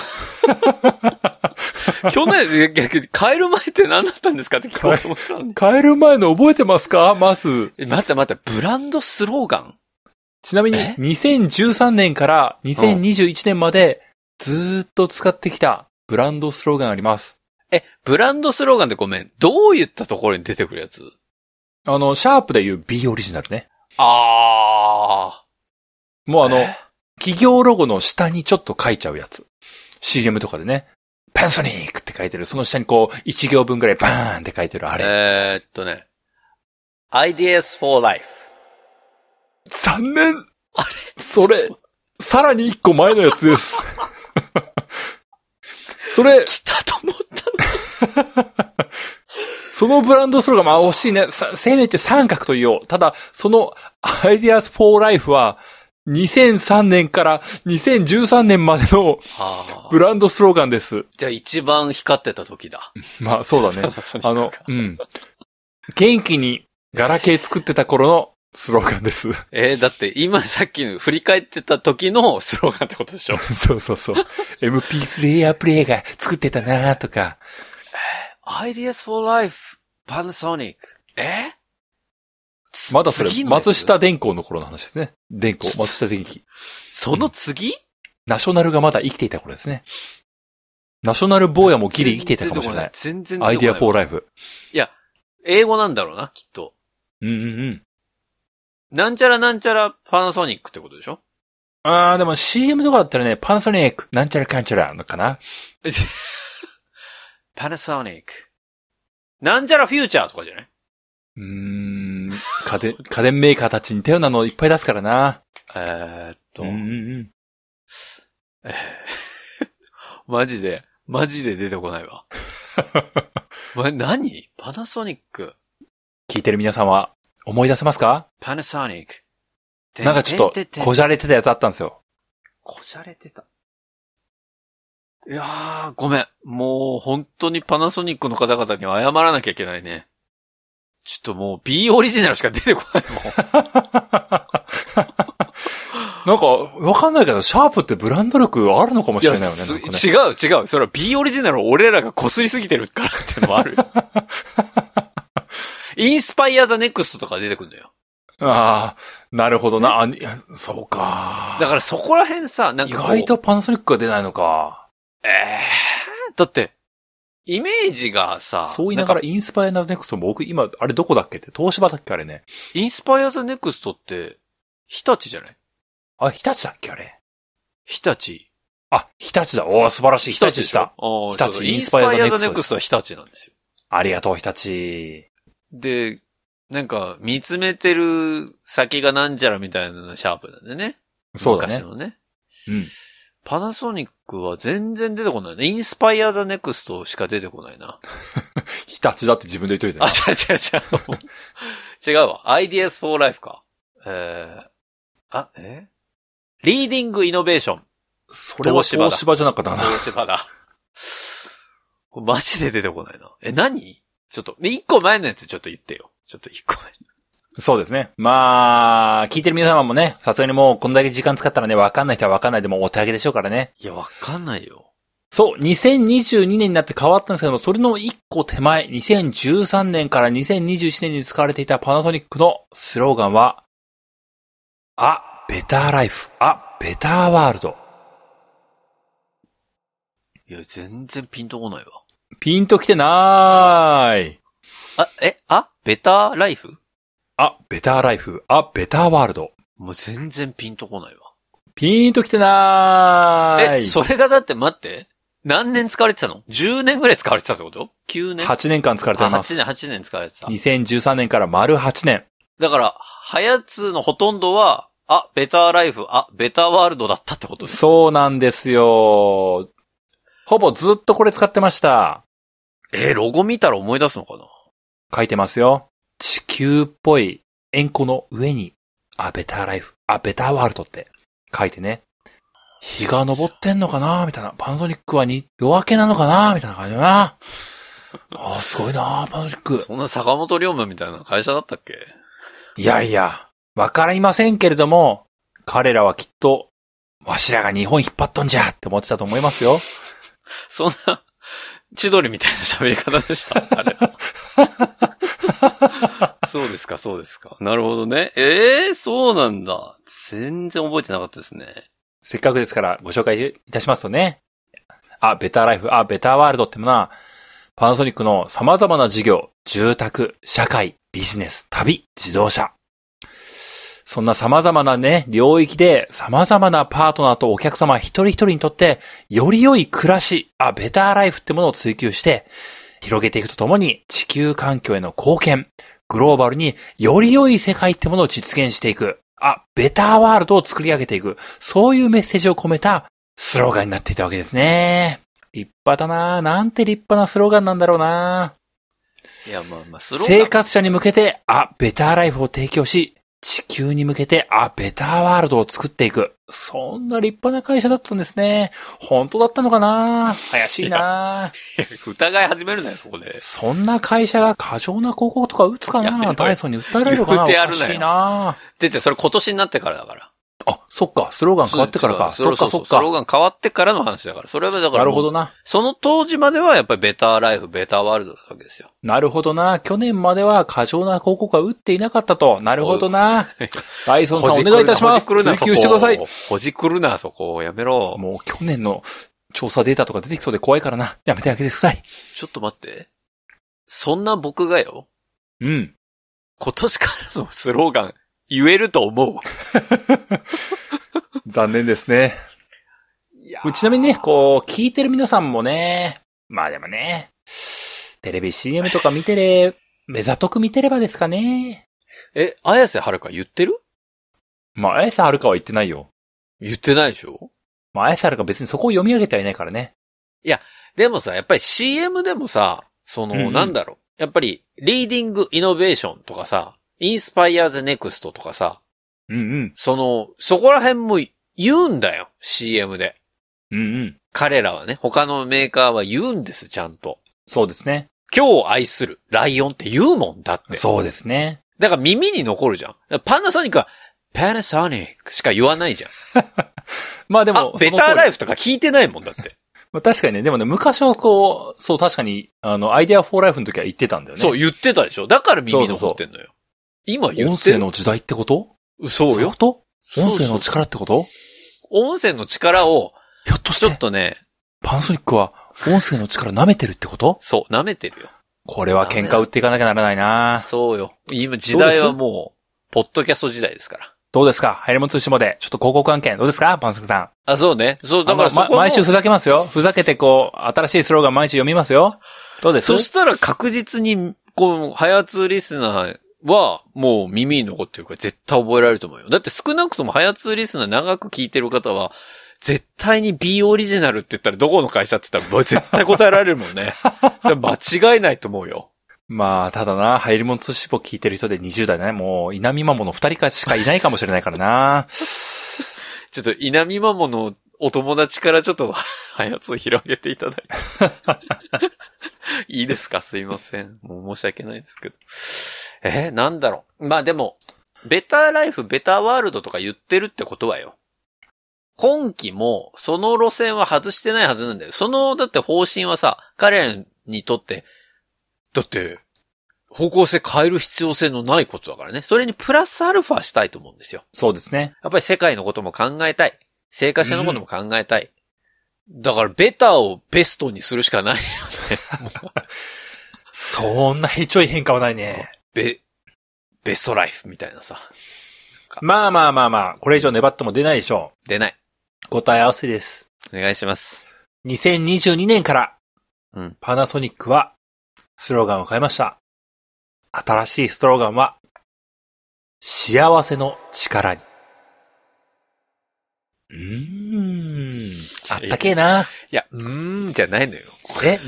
去年、逆に、変える前って何だったんですかって聞こうと思ってたのに。変える前の覚えてますかまず。え待って待って、ブランドスローガンちなみに、え2013年から2021年まで、ずーっと使ってきたブランドスローガンあります。え、ブランドスローガンってごめん。どういったところに出てくるやつあの、シャープで言う B オリジナルね。あもうー。あの、え企業ロゴの下にちょっと書いちゃうやつ。CM とかでね、パンソニックって書いてる。その下にこう、1行分ぐらいバーンって書いてる。あれ。えーっとね。Ideas for Life。残念それ、さらに1個前のやつです。 [laughs] それ、来たと思った。そのブランドスローガン、まあ惜しいね。させめて三角と言おう。ただ、その Ideas for Life は、2003年から2013年までのあブランドスローガンです。じゃあ一番光ってた時だ。まあ、そ [laughs] うだね。ああのの、、うん。元気にガラケー作ってた頃のスローガンです。 [laughs] えーだって今さっきの振り返ってた時のスローガンってことでしょそうそうそう。MP3 エアプレイが作ってたなとか。 ?Ideas for Life, Panasonic. えまだそれ次、のやつ松下電工の頃の話ですね。電工、松下電機。その次、ナショナルがまだ生きていた頃ですね。ナショナル坊やもギリ生きていたかもしれない。全然出てこなアいイデアフォーライフ。英語なんだろうな、きっと。うんうんうん。なんちゃらなんちゃらパナソニックってことでしょあー、でも CM とかだったらね、パナソニック、なんちゃらかんちゃらのかな。パナソニック。なんちゃらフューチャーとかじゃないうーん。[laughs] 家電、家電メーカーたちに似たようなのいっぱい出すからな。えーっと、うんうんうん。えーマジで、マジで出てこないわ。ま、何パナソニック。聞いてる皆さんは思い出せますかパナソニック。なんかちょっでんてんてと、んこじゃれてたやつあったんですよ。こじゃれてた。いやー、ごめん。もう本当にパナソニックの方々には謝らなきゃいけないね。ちょっともう B オリジナルしか出てこないもん。なんか、わかんないけど、シャープってブランド力あるのかもしれないよね。すなんかね違う違う。それは B オリジナルを俺らが擦りすぎてるからっていうのもあ [laughs] るよ。インスパイアザネクストとか出てくるのよ。ああ、なるほどな。あいやそうか。だからそこら辺さ、なん意かこう。外とパナソニックが出ないのか。えーだって、イメージがさ、そう言いながんらかインスパイアナネクストも僕今、あれどこだっけって、東芝だっけあれね。インスパイアザネクストって、日立じゃないあ、日立だっけあれ。日立。あ、日立だ。おー素晴らしい。日立ででししょた。。あー日立そうそうイインンススパパイアザイアザネネククスストトは日立なんですよ。ありがとう、日立。で、なんか、見つめてる先がなんちゃらみたいなのがシャープなんでね。そうだね昔。のね。うん。パナソニックは全然出てこないね。インスパイアザネクストしか出てこないな。日立だって自分で言っとい [laughs] てあ、ね。違う違う違う。違うわ。Ideas for Life か。えー、あ、えリーディングイノベーション。それは東芝だ東芝じゃなかったな。東芝だ。これマジで出てこないな。え、何ちょっと、で一個前のやつちょっと言ってよ。ちょっと一個前。そうですね。まあ、聞いてる皆様もね、さすがにもうこんだけ時間使ったらね、わかんない人はわかんないでもうお手上げでしょうからね。いや、わかんないよ。そう、2022年になって変わったんですけども、それの一個手前、2013年から2021年に使われていたパナソニックのスローガンは、あ、ベターライフ、あ、ベターワールド。いや、全然ピンとこないわ。ピンときてなーい。あ、え、あベターライフあ、ベターライフ、あ、ベターワールド。もう全然ピンとこないわ。ピンときてなーい。え、それがだって待って、何年使われてたの ?10 年ぐらい使われてたってこと ?9 年8年間使われてあいます8。年、8年使われてた。 2013年から丸8年。だから、はやつのほとんどは、あ、ベターライフ、あ、ベターワールドだったってことです。そうなんですよ。ほぼずっとこれ使ってました。えーロゴ見たら思い出すのかな書いてますよ。地球っぽい円弧の上に、あ、ベターライフ、あ、ベターワールドって書いてね。日が昇ってんのかなみたいな。パナソニックはに夜明けなのかなみたいな感じだな。あー、すごいなパナソニック。 [laughs] そんな坂本龍馬みたいな会社だったっけ [laughs] いやいや、わかりませんけれども、彼らはきっと、わしらが日本引っ張っとんじゃって思ってたと思いますよ。そんな、千鳥みたいな喋り方でした。 [laughs] あ [laughs] れ。そうですか、そうですか。なるほどね。ええー、そうなんだ。全然覚えてなかったですね。せっかくですからご紹介いたしますとね。あ、ベターライフ、あ、ベターワールドってものは、パナソニックの様々な事業、住宅、社会、ビジネス、旅、自動車。そんな様々なね、領域で様々なパートナーとお客様一人一人にとって、より良い暮らし、あ、ベターライフってものを追求して、広げていくとともに、地球環境への貢献、グローバルにより良い世界ってものを実現していく。あ、ベターワールドを作り上げていく。そういうメッセージを込めたスローガンになっていたわけですね。立派だなぁなんて立派なスローガンなんだろうないや、まあまあ、スローガン生活者に向けて、あ、ベターライフを提供し、地球に向けて、あ、ベターワールドを作っていく。そんな立派な会社だったんですね。本当だったのかな怪しいなぁ疑い始めるなよ、そこで。そんな会社が過剰な広告とか打つかやめろなよダイソンに訴えられるか言なうおてやかるなよしいなぁ全然それ今年になってからだから。あ、そっか。スローガン変わってからか。そっかうそうっうスローか。ガン変わってからの話だから。それはだから、なるほど。な。その当時まではやっぱりベターライフ、ベターワールドだったわけですよ。なるほどな。去年までは過剰な広告は打っていなかったと。なるほどな。ダイソンさんお願いいたします。ほじくるな追求してください。。ほじくるな、そこ。やめろ。もう去年の調査データとか出てきそうで怖いからな。やめてあげてください。ちょっと待って。そんな僕がよ、うん。今年からのスローガン言えると思残念ですね。う。いやちなみにね、こう、聞いてる皆さんもね、まあでもね、テレビ CM とか見てれ、目ざとく見てればですかね。え、綾瀬はるか言ってるまあ、綾瀬はるかは言ってないよ。言ってないでしょまあ、綾瀬はるか別にそこを読み上げてはいないからね。でもさ、やっぱり CM でもさ、その、うんうんなんだろう。やっぱり、リーディングイノベーションとかさ、インスパイアーズネクストとかさ、うんうん。その、そこら辺も言うんだよ、CM で。うんうん。彼らはね、他のメーカーは言うんです、ちゃんと。そうですね。今日愛するライオンって言うもんだって。そうですね。だから耳に残るじゃん。だからパナソニックは、パナソニックしか言わないじゃん。まあででもも、、ベターライフ。フとか聞いてないもんだって。まあ確かにね、でもね、昔はこう、そう確かに、あの、アイデアフォーライフの時は言ってたんだよね。そう、言ってたでしょ。だから耳に残ってんのよ。今言音って声る。の時代ってことそうよ。とそ音うそ声うの力ってこと音声の力を、ひょっとし、ちょってとね、パナソニックは音声の力舐めてるってことそう、舐めてるよ。これは喧嘩売っていかなきゃならないなそうよ。今時代はもう、ポッドキャスト時代ですから。どうですかハイレモン通信簿で。ちょっと広告案件。どうですかパナソニックさん。あ、そうね。そう、だからあそのまこも毎週ふざけますよ。ふざけてこう、新しいスローガン毎日読みますよ。どうですそしたら確実に、この、ハヤツーリスナーは、もう耳に残ってるから絶対覚えられると思うよ。だって少なくともハヤツーリスナー長く聞いてる方は、絶対に B オリジナルって言ったらどこの会社って言ったら絶対答えられるもん [laughs] ね。それ間違いないと思うよ。まあ、ただな、ハイリモン通信簿聞いてる人で20代ね、もう、稲見マモの2人かしかいないかもしれないからな。ちょっと稲見マモのお友達からちょっと [laughs] ハヤツを広げていただいて。 [laughs] いいですかすいません。もう申し訳ないですけど。えーなんだろう。まあでも、ベターライフ、ベターワールドとか言ってるってことはよ。今期も、その路線は外してないはずなんだよ。その、だって方針はさ、彼らにとって、だって、方向性変える必要性のないことだからね。それにプラスアルファしたいと思うんですよ。そうですね。やっぱり世界のことも考えたい。生活者のことも考えたい。だから、ベターをベストにするしかない。そんなへちょい変化はないね。ベ、ベストライフみたいなさ。まあまあまあまあ、これ以上粘っても出ないでしょ出ない。う。答え合わせです。お願いします。 2022年から、うんパナソニックは、スローガンを変えました。新しいスローガンは、幸せの力に。うーん。あったけえな。いや、うーんじゃないのよ。え、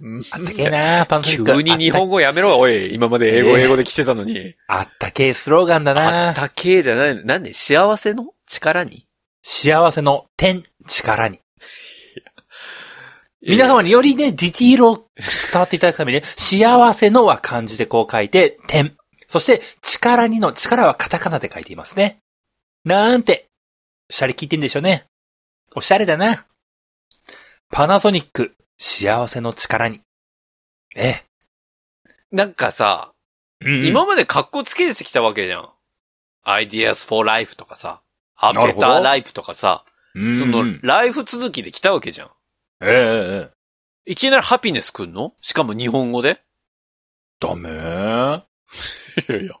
うん。うあーったんけじえゃないなパナソニック。急に日本語やめろ、おい。今まで英語、ええ英語で来てたのに。あった。あったけえスローガンだあっなたけえじゃないの。なんで幸せの力に幸せの点、力に。皆様によりね、ディティールを伝わっていただくためにね、幸せのは漢字でこう書いて、点。そして、力にの力はカタカナで書いていますね。なんて、シャレ聞いてんでしょうね。おしゃれだな。パナソニック、幸せの力に。えなんかさ、え。うん今まで格好つけてきたわけじゃん。ideas for life とかさ、アなるベほタどーライフとかさ、うんその、ライフ続きで来たわけじゃん。ええええ。いきなりハピネスくんのしかも日本語でダメいやいや、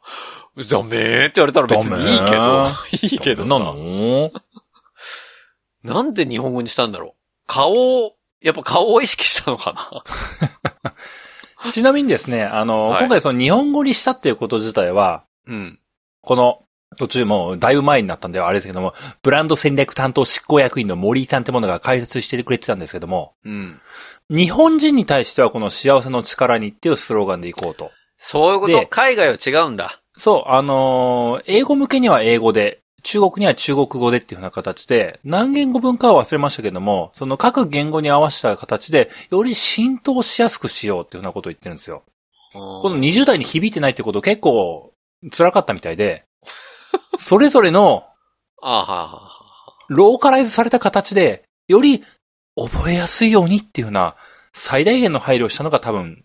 ダメーって言われたら別にいいダけど、いいけどなんさ。のなんで日本語にしたんだろう顔を、やっぱ顔を意識したのかちなみにですね、あの、はい今回その日本語にしたっていうこと自体は、なうん。この、途中もうだいぶ前になったんであれですけども、ブランド戦略担当執行役員の森井さんってものが解説してくれてたんですけども、うん。日本人に対してはこの幸せの力にっていうスローガンでいこうと。そういうこでと。海外は違うんだ。そう、あのー英語向けには英語で、中国には中国語でっていうふうな形で、何言語文化は忘れましたけども、その各言語に合わせた形で、より浸透しやすくしようっていうふうなことを言ってるんですよ。ここの20代に響いてないってこと結構辛かったみたいで、それぞれのああはあはあローカライズされた形で、より覚えやすいようにっていうような最大限の配慮をしたのが多分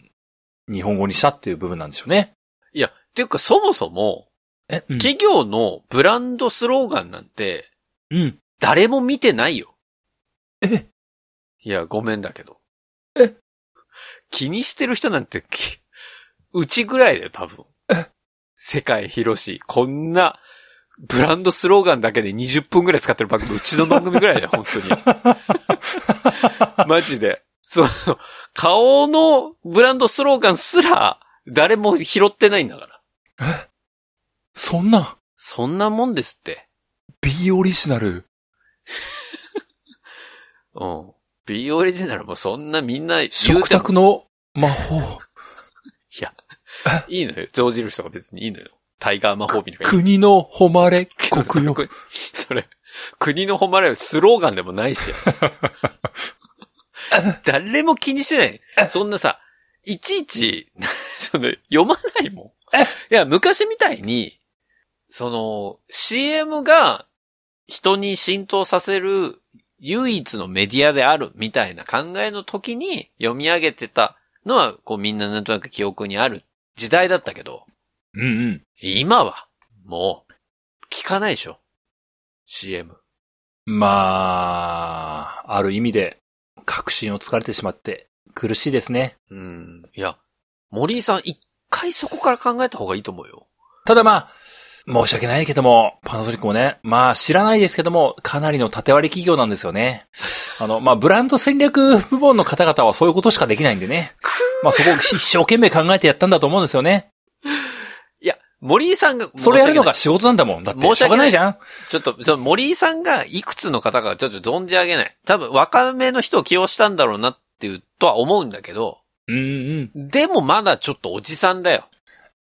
日本語にしたっていう部分なんでしょうね。いや、っていうかそもそも、え、うん。企業のブランドスローガンなんて、うん。誰も見てないよ。えいや、ごめんだけど。え気にしてる人なんて、きうちぐらいだよ、多分。世界広し、こんな、ブランドスローガンだけで20分ぐらい使ってる番組、うちの番組ぐらいだ [laughs] よ、本当に。マジで。その、顔のブランドスローガンすら、誰も拾ってないんだから。そんな、そんなもんですって。 B オリジナル、うん。B オリジナルもそんなみんな言うても食卓の魔法、いや、いいのよ。象印とか別にいいのよ。タイガー魔法瓶とかいい国の誉れ、国よ。国 [laughs] それ、国の誉れはスローガンでもないし。誰も気にしてない。そんなさ、いちいち、 [laughs] その、読まないもん。いや、昔みたいに、その、CM が人に浸透させる唯一のメディアであるみたいな考えの時に読み上げてたのは、こうみんななんとなく記憶にある時代だったけど、 [laughs] うんうん。今は、もう、聞かないでしょ。CM。まあ、ある意味で、確信をつかれてしまって、苦しいですね。うん。いや、森井さん一回そこから考えた方がいいと思うよ。ただまあ、申し訳ないけども、パナソニックもね、まあ知らないですけども、かなりの縦割り企業なんですよね。あの、まあブランド戦略部門の方々はそういうことしかできないんでね。まあそこを一生懸命考えてやったんだと思うんですよね。いや、森井さんが、それやるのが仕事なんだもん。だって、申ししょ訳なうがないいじゃん。ちょっと、その森井さんがいくつの方かちょっと存じ上げない。多分若めの人を起用したんだろうなっていうとは思うんだけど、うんうん。でもまだちょっとおじさんだよ。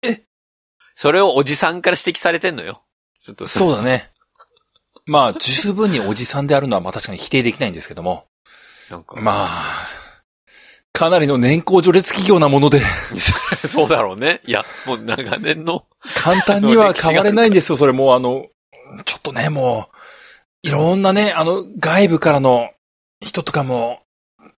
えそれをおじさんから指摘されてんのよ。ちょっと。そううだね。まあ十分におじさんであるのはまあ確かに否定できないんですけども。なんか。まあ、かなりの年功序列企業なもので、 [laughs] そうだろうね。いや、もう長年の。簡単 [laughs] には変われないんですよ、それもうあの、ちょっとね、もう、いろんなね、あの、外部からの人とかも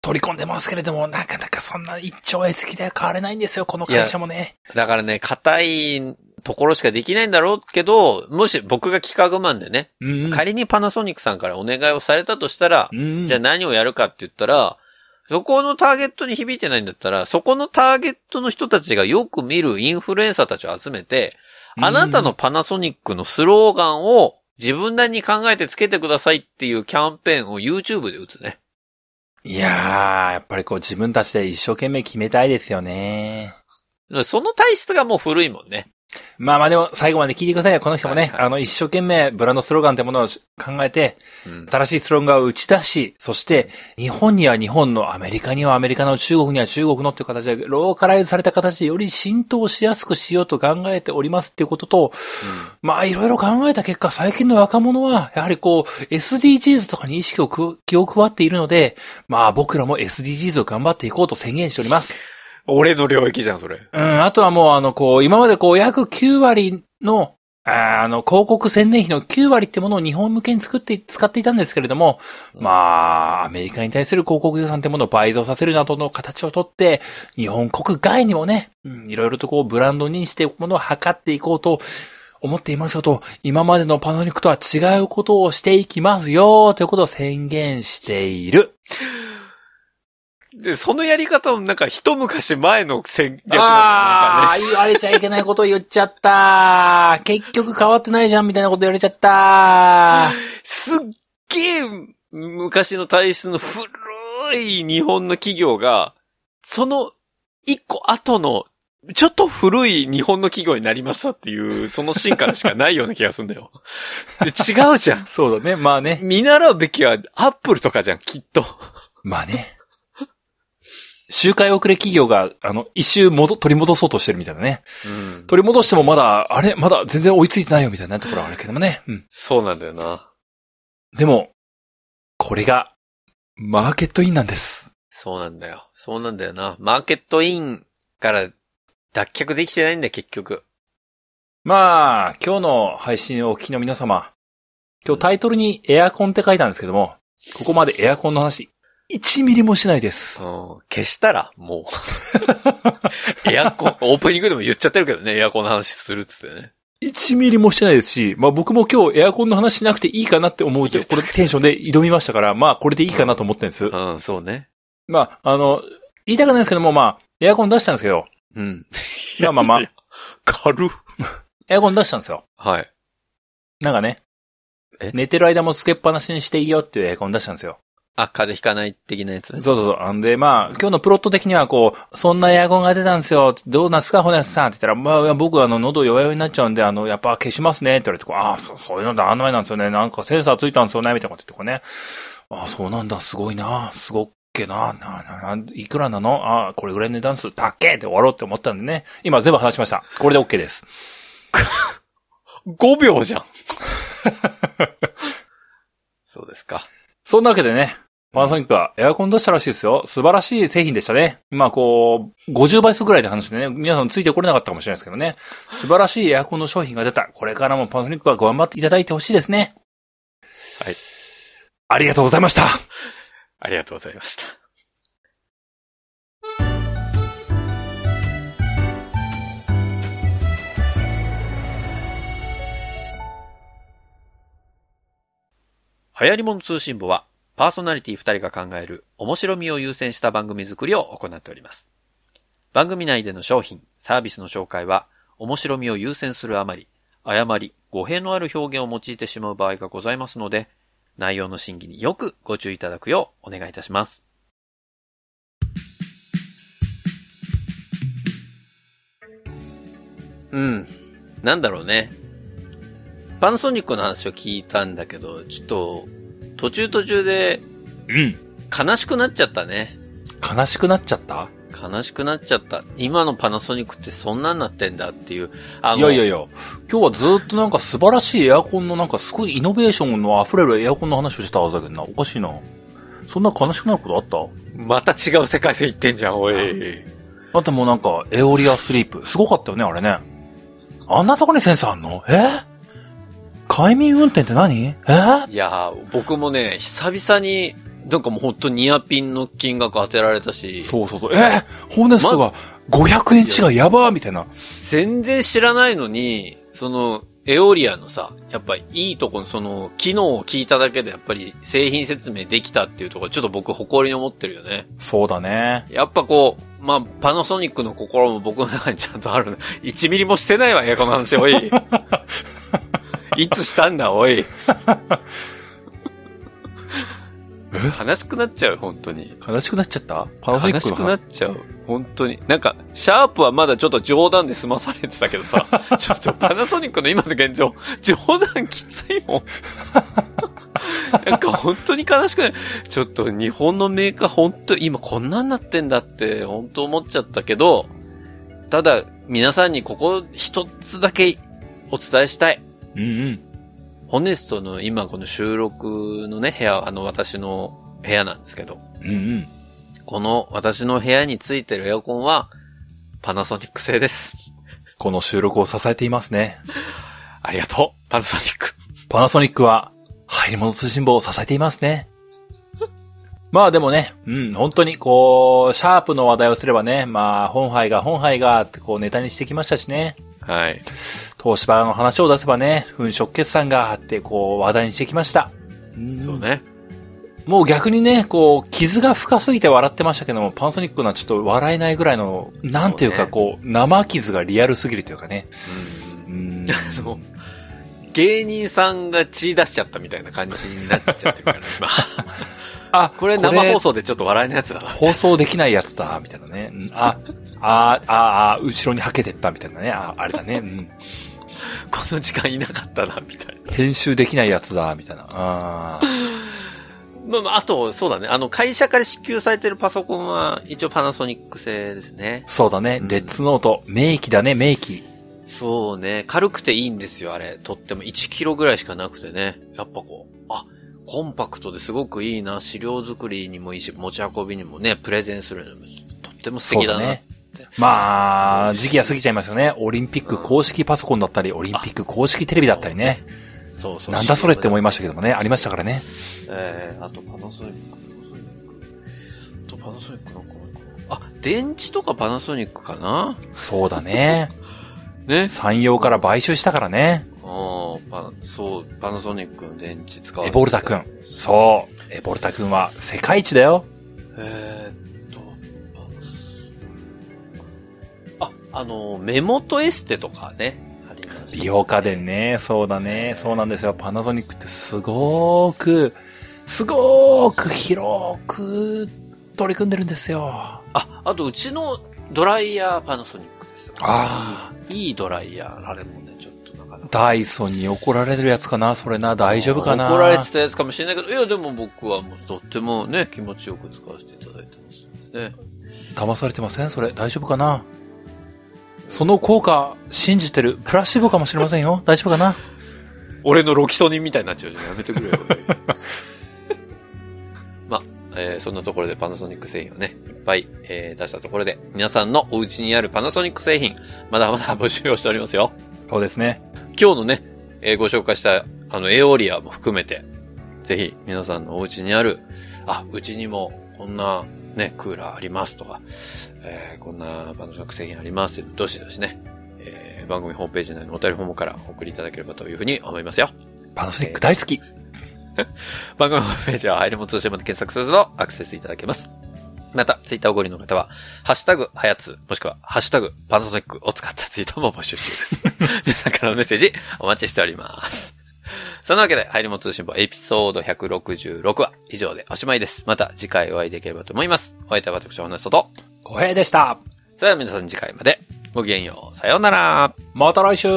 取り込んでますけれども、なかなかそんな一兆円席では変われないんですよ、この会社もね。だからね、硬いところしかできないんだろうけど、もし僕が企画マンでね、うんうん。仮にパナソニックさんからお願いをされたとしたら、うんうんじゃあ何をやるかって言ったら、そこのターゲットに響いてないんだったら、そこのターゲットの人たちがよく見るインフルエンサーたちを集めて、あなたの、パナソニックのスローガンを自分なりに考えてつけてくださいっていうキャンペーンを YouTube で打つね。いやー、やっぱりこう自分たちで一生懸命決めたいですよね。その体質がもう古いもんね。まあまあでも最後まで聞いてくださいよ、この人もね。はいはいあの、一生懸命ブランドスローガンってものを考えて、新しいスローガンを打ち出し、そして、日本には日本の、アメリカにはアメリカの、中国には中国のっていう形で、ローカライズされた形でより浸透しやすくしようと考えておりますっていうことと、まあいろいろ考えた結果、最近の若者は、やはりこう、SDGs とかに意識をく気を配っているので、まあ僕らも SDGs を頑張っていこうと宣言しております。 [laughs] 俺の領域じゃん、それ。うん、あとはもうあの、こう、今までこう、約9割の、あーあの、広告宣伝費の9割ってものを日本向けに作って、使っていたんですけれども、まあ、アメリカに対する広告予算ってものを倍増させるなどの形をとって、日本国外にもね、うんいろいろとこう、ブランドにしてものを測っていこうと思っていますよと、今までのパナソニックとは違うことをしていきますよ、ということを宣言している。で、そのやり方もなんか一昔前の戦略だああー、言われちゃいけないこと言っちゃった。結局変わってないじゃんみたいなこと言われちゃった。すっげえ昔の体質の古い日本の企業が、その一個後の、ちょっと古い日本の企業になりましたっていう、その進化しかないような気がするんだよ。で違うじゃん。そうだね、まあね。見習うべきはアップルとかじゃん、きっと。まあね。周回遅れ企業が、あの、一周戻、取り戻そうとしてるみたいなね。うん、取り戻してもまだ、あれまだ全然追いついてないよみたいなところはあるけどもね。うん。そうなんだよな。でも、これが、マーケットインなんです。そうなんだよ。そうなんだよな。マーケットインから脱却できてないんだよ、結局。まあ、今日の配信をお聞きの皆様、今日タイトルにエアコンって書いたんですけども、ここまでエアコンの話、1ミリもしないですう。ん、消したら、もう。 [laughs] エアコン、オープニングでも言っちゃってるけどね、エアコンの話するっつってね。 1ミリもしてないですし、まあ僕も今日エアコンの話しなくていいかなって思うと、これテンションで挑みましたから、まあこれでいいかなと思ってるんです。うん、そうね。まあ、あの、言いたくないですけども、まあ、エアコン出したんですけど、うん。まあまあまあ、軽っ。エアコン出したんですよ。はい。なんかねえ、寝てる間もつけっぱなしにしていいよっていうエアコン出したんですよ。あ、風邪ひかない的なやつね。そうそうそう。あんで、まあ、今日のプロット的には、こう、そんなエアコンが出たんですよ。どうなんすか、ホネスさんって言ったら、まあ、僕、あの、喉弱々になっちゃうんで、あの、やっぱ消しますね。って言われて、こうああ、そうそういうのだ、あんな前なんですよね。なんかセンサーついたんですよね、みたいなこと言って、こうね。ああ、そうなんだ、すごいな、すごっけな、な、な、ないくらなのああ、これぐらいの値段数、たっけって終わろうって思ったんでね。今、全部話しました。これで OK です。 5秒じゃん。そうですか。そんなわけでね、パナソニックはエアコン出したらしいですよ。素晴らしい製品でしたね。まあこう、50倍数ぐらいで話でね、皆さんついてこれなかったかもしれないですけどね。素晴らしいエアコンの商品が出た。これからもパナソニックは頑張っていただいてほしいですね。はい。ありがとうございました。ありがとうございました。流行り物通信部は、パーソナリティ2人が考える面白みを優先した番組作りを行っております。番組内での商品、サービスの紹介は、面白みを優先するあまり、誤り、語弊のある表現を用いてしまう場合がございますので、内容の審議によくご注意いただくようお願いいたします。うん。なんだろうね。パナソニックの話を聞いたんだけど、ちょっと、途中途中でうん。悲しくなっちゃったね。悲しくなっちゃった悲しくなっちゃった。今のパナソニックってそんなんなってんだっていう。あいやいやいや、今日はずっとなんか素晴らしいエアコンのなんかすごいイノベーションの溢れるエアコンの話をしてたはずだけどな。おかしいな。そんな悲しくなることあっまた違う世界線行ってんじゃん、おい。ただってもうなんかエオリアスリープ。すごかったよね、あれね。あんなとこにセンサーあんのえ快眠運転って何えいやー、僕もね、久々に、なんかもう本当ニアピンの金額当てられたし、そうそうそう。えホーネストが500円違いやばーみたいな。全然知らないのに、その、エオリアのさ、やっぱりいいとこのその、機能を聞いただけでやっぱり製品説明できたっていうところ、ちょっと僕誇りに思ってるよね。そうだね。やっぱこう、まあ、パナソニックの心も僕の中にちゃんとある。1ミリもしてないわよ、この話、お [laughs] い。いつしたんだ、おい。悲しくなっちゃう、本当に。悲しくなっちゃったパナソニ悲ックしのくな話。っちゃう。本当に。なんか、シャープはまだちょっと冗談で済まされてたけどさ、ちょっとパナソニックの今の現状、冗談きついもん。 [laughs] なんか本当に悲しくない。ちょっと日本のメーカー本当今こんなんなってんだって本当思っちゃったけど、ただ皆さんにここ一つだけお伝えしたい。 [laughs] うんうん。ホネストの今この収録のね、部屋、あの私の部屋なんですけど、うんうん。この私の部屋についてるエアコンはパナソニック製です。この収録を支えていますね。ありがとう、パナソニック。パナソニックは、入り物通信簿を支えていますね。 [laughs] まあでもね、うん、本当にこう、シャープの話題をすればね、まあ、本杯が本杯がってこうネタにしてきましたしね、はい。東芝の話を出せばね、粉飾決算があってこう話題にしてきました。うんそうね。もう逆にね、こう、傷が深すぎて笑ってましたけども、パナソニックのはちょっと笑えないぐらいの、なんていうそうかねこう、生傷がリアルすぎるというかね。ううん [laughs] んの芸人さんが血出しちゃったみたいな感じになっちゃってるから、 [laughs] 今。あ、これ生放送でちょっと笑いのやつだな。放送できないやつだ、みたいなね。うんあ、あ、あ、あ、後ろにはけてった、みたいなね。あ、あれだね。うんこの時間いなかったな、みたいな。編集できないやつだ、みたいな。あーまあまあ、あと、そうだね。あの、会社から支給されてるパソコンは、一応パナソニック製ですね。そうだねう。んレッツノート。名機だね、名機。そうね。軽くていいんですよ、あれ。とっても1キロぐらいしかなくてね。やっぱこう、あ、コンパクトですごくいいな。資料作りにもいいし、持ち運びにもね、プレゼンするのにも、とっても素敵だな。そうね。まあ、時期は過ぎちゃいますよね。オリンピック公式パソコンだったり、オリンピック公式テレビだったりね。そうそうなんだそれって思いましたけどもね。ありましたたからね。えー、あとパナソニック、あとパナソニックなんかないかなあ、電池とかパナソニックかなそうだね。ね。山陽から買収したからね。ああ、パナ、そう、パナソニックの電池使わエボルタ君。そう。え、ボルタ君は世界一だよ。えーっと、あ、あの、目元エステとかね、あります。美容家電ね、そうだね、そうなんですよ。パナソニックってすごーく、すごーく広く取り組んでるんですよ。ああ、あとうちのドライヤーパナソニックですよ。あー、いいドライヤー、あれもね、ちょっとなかなか。ダイソンに怒られてるやつかな、それな、大丈夫かな。怒られてたやつかもしれないけど、いや、でも僕はもうとってもね、気持ちよく使わせていただいてます。ね。騙されてませんそれ、大丈夫かな。その効果、信じてる。プラシーボかもしれませんよ。大丈夫かな。俺のロキソニンみたいになっちゃうじゃん。やめてくれよ。おいま、ーそんなところでパナソニック製品をね、いっぱい、えー出したところで、皆さんのお家にあるパナソニック製品、まだまだ募集をしておりますよ。そうですね。今日のね、えーご紹介した、あの、エオリアも含めて、ぜひ皆さんのお家にある、あ、うちにもこんなね、クーラーありますとか、えーこんなパナソニック製品ありますって、どしどしね、えー番組ホームページ内のお便りフォームからお送りいただければというふうに思いますよ。パナソニック大好き。番組ホームページは入りも通信まで検索するとアクセスいただけます。また、ツイッターをご利用の方は、ハッシュタグ、はやつ、もしくは、ハッシュタグ、パナソニックを使ったツイートも募集中です。皆さんからのメッセージ、お待ちしております。そんなわけで、入りも通信簿エピソード166は、以上でおしまいです。また次回お会いできればと思います。お相手は私、お話と。小平でした。それでは皆さん次回まで、ごきげんよう、さようなら。また来週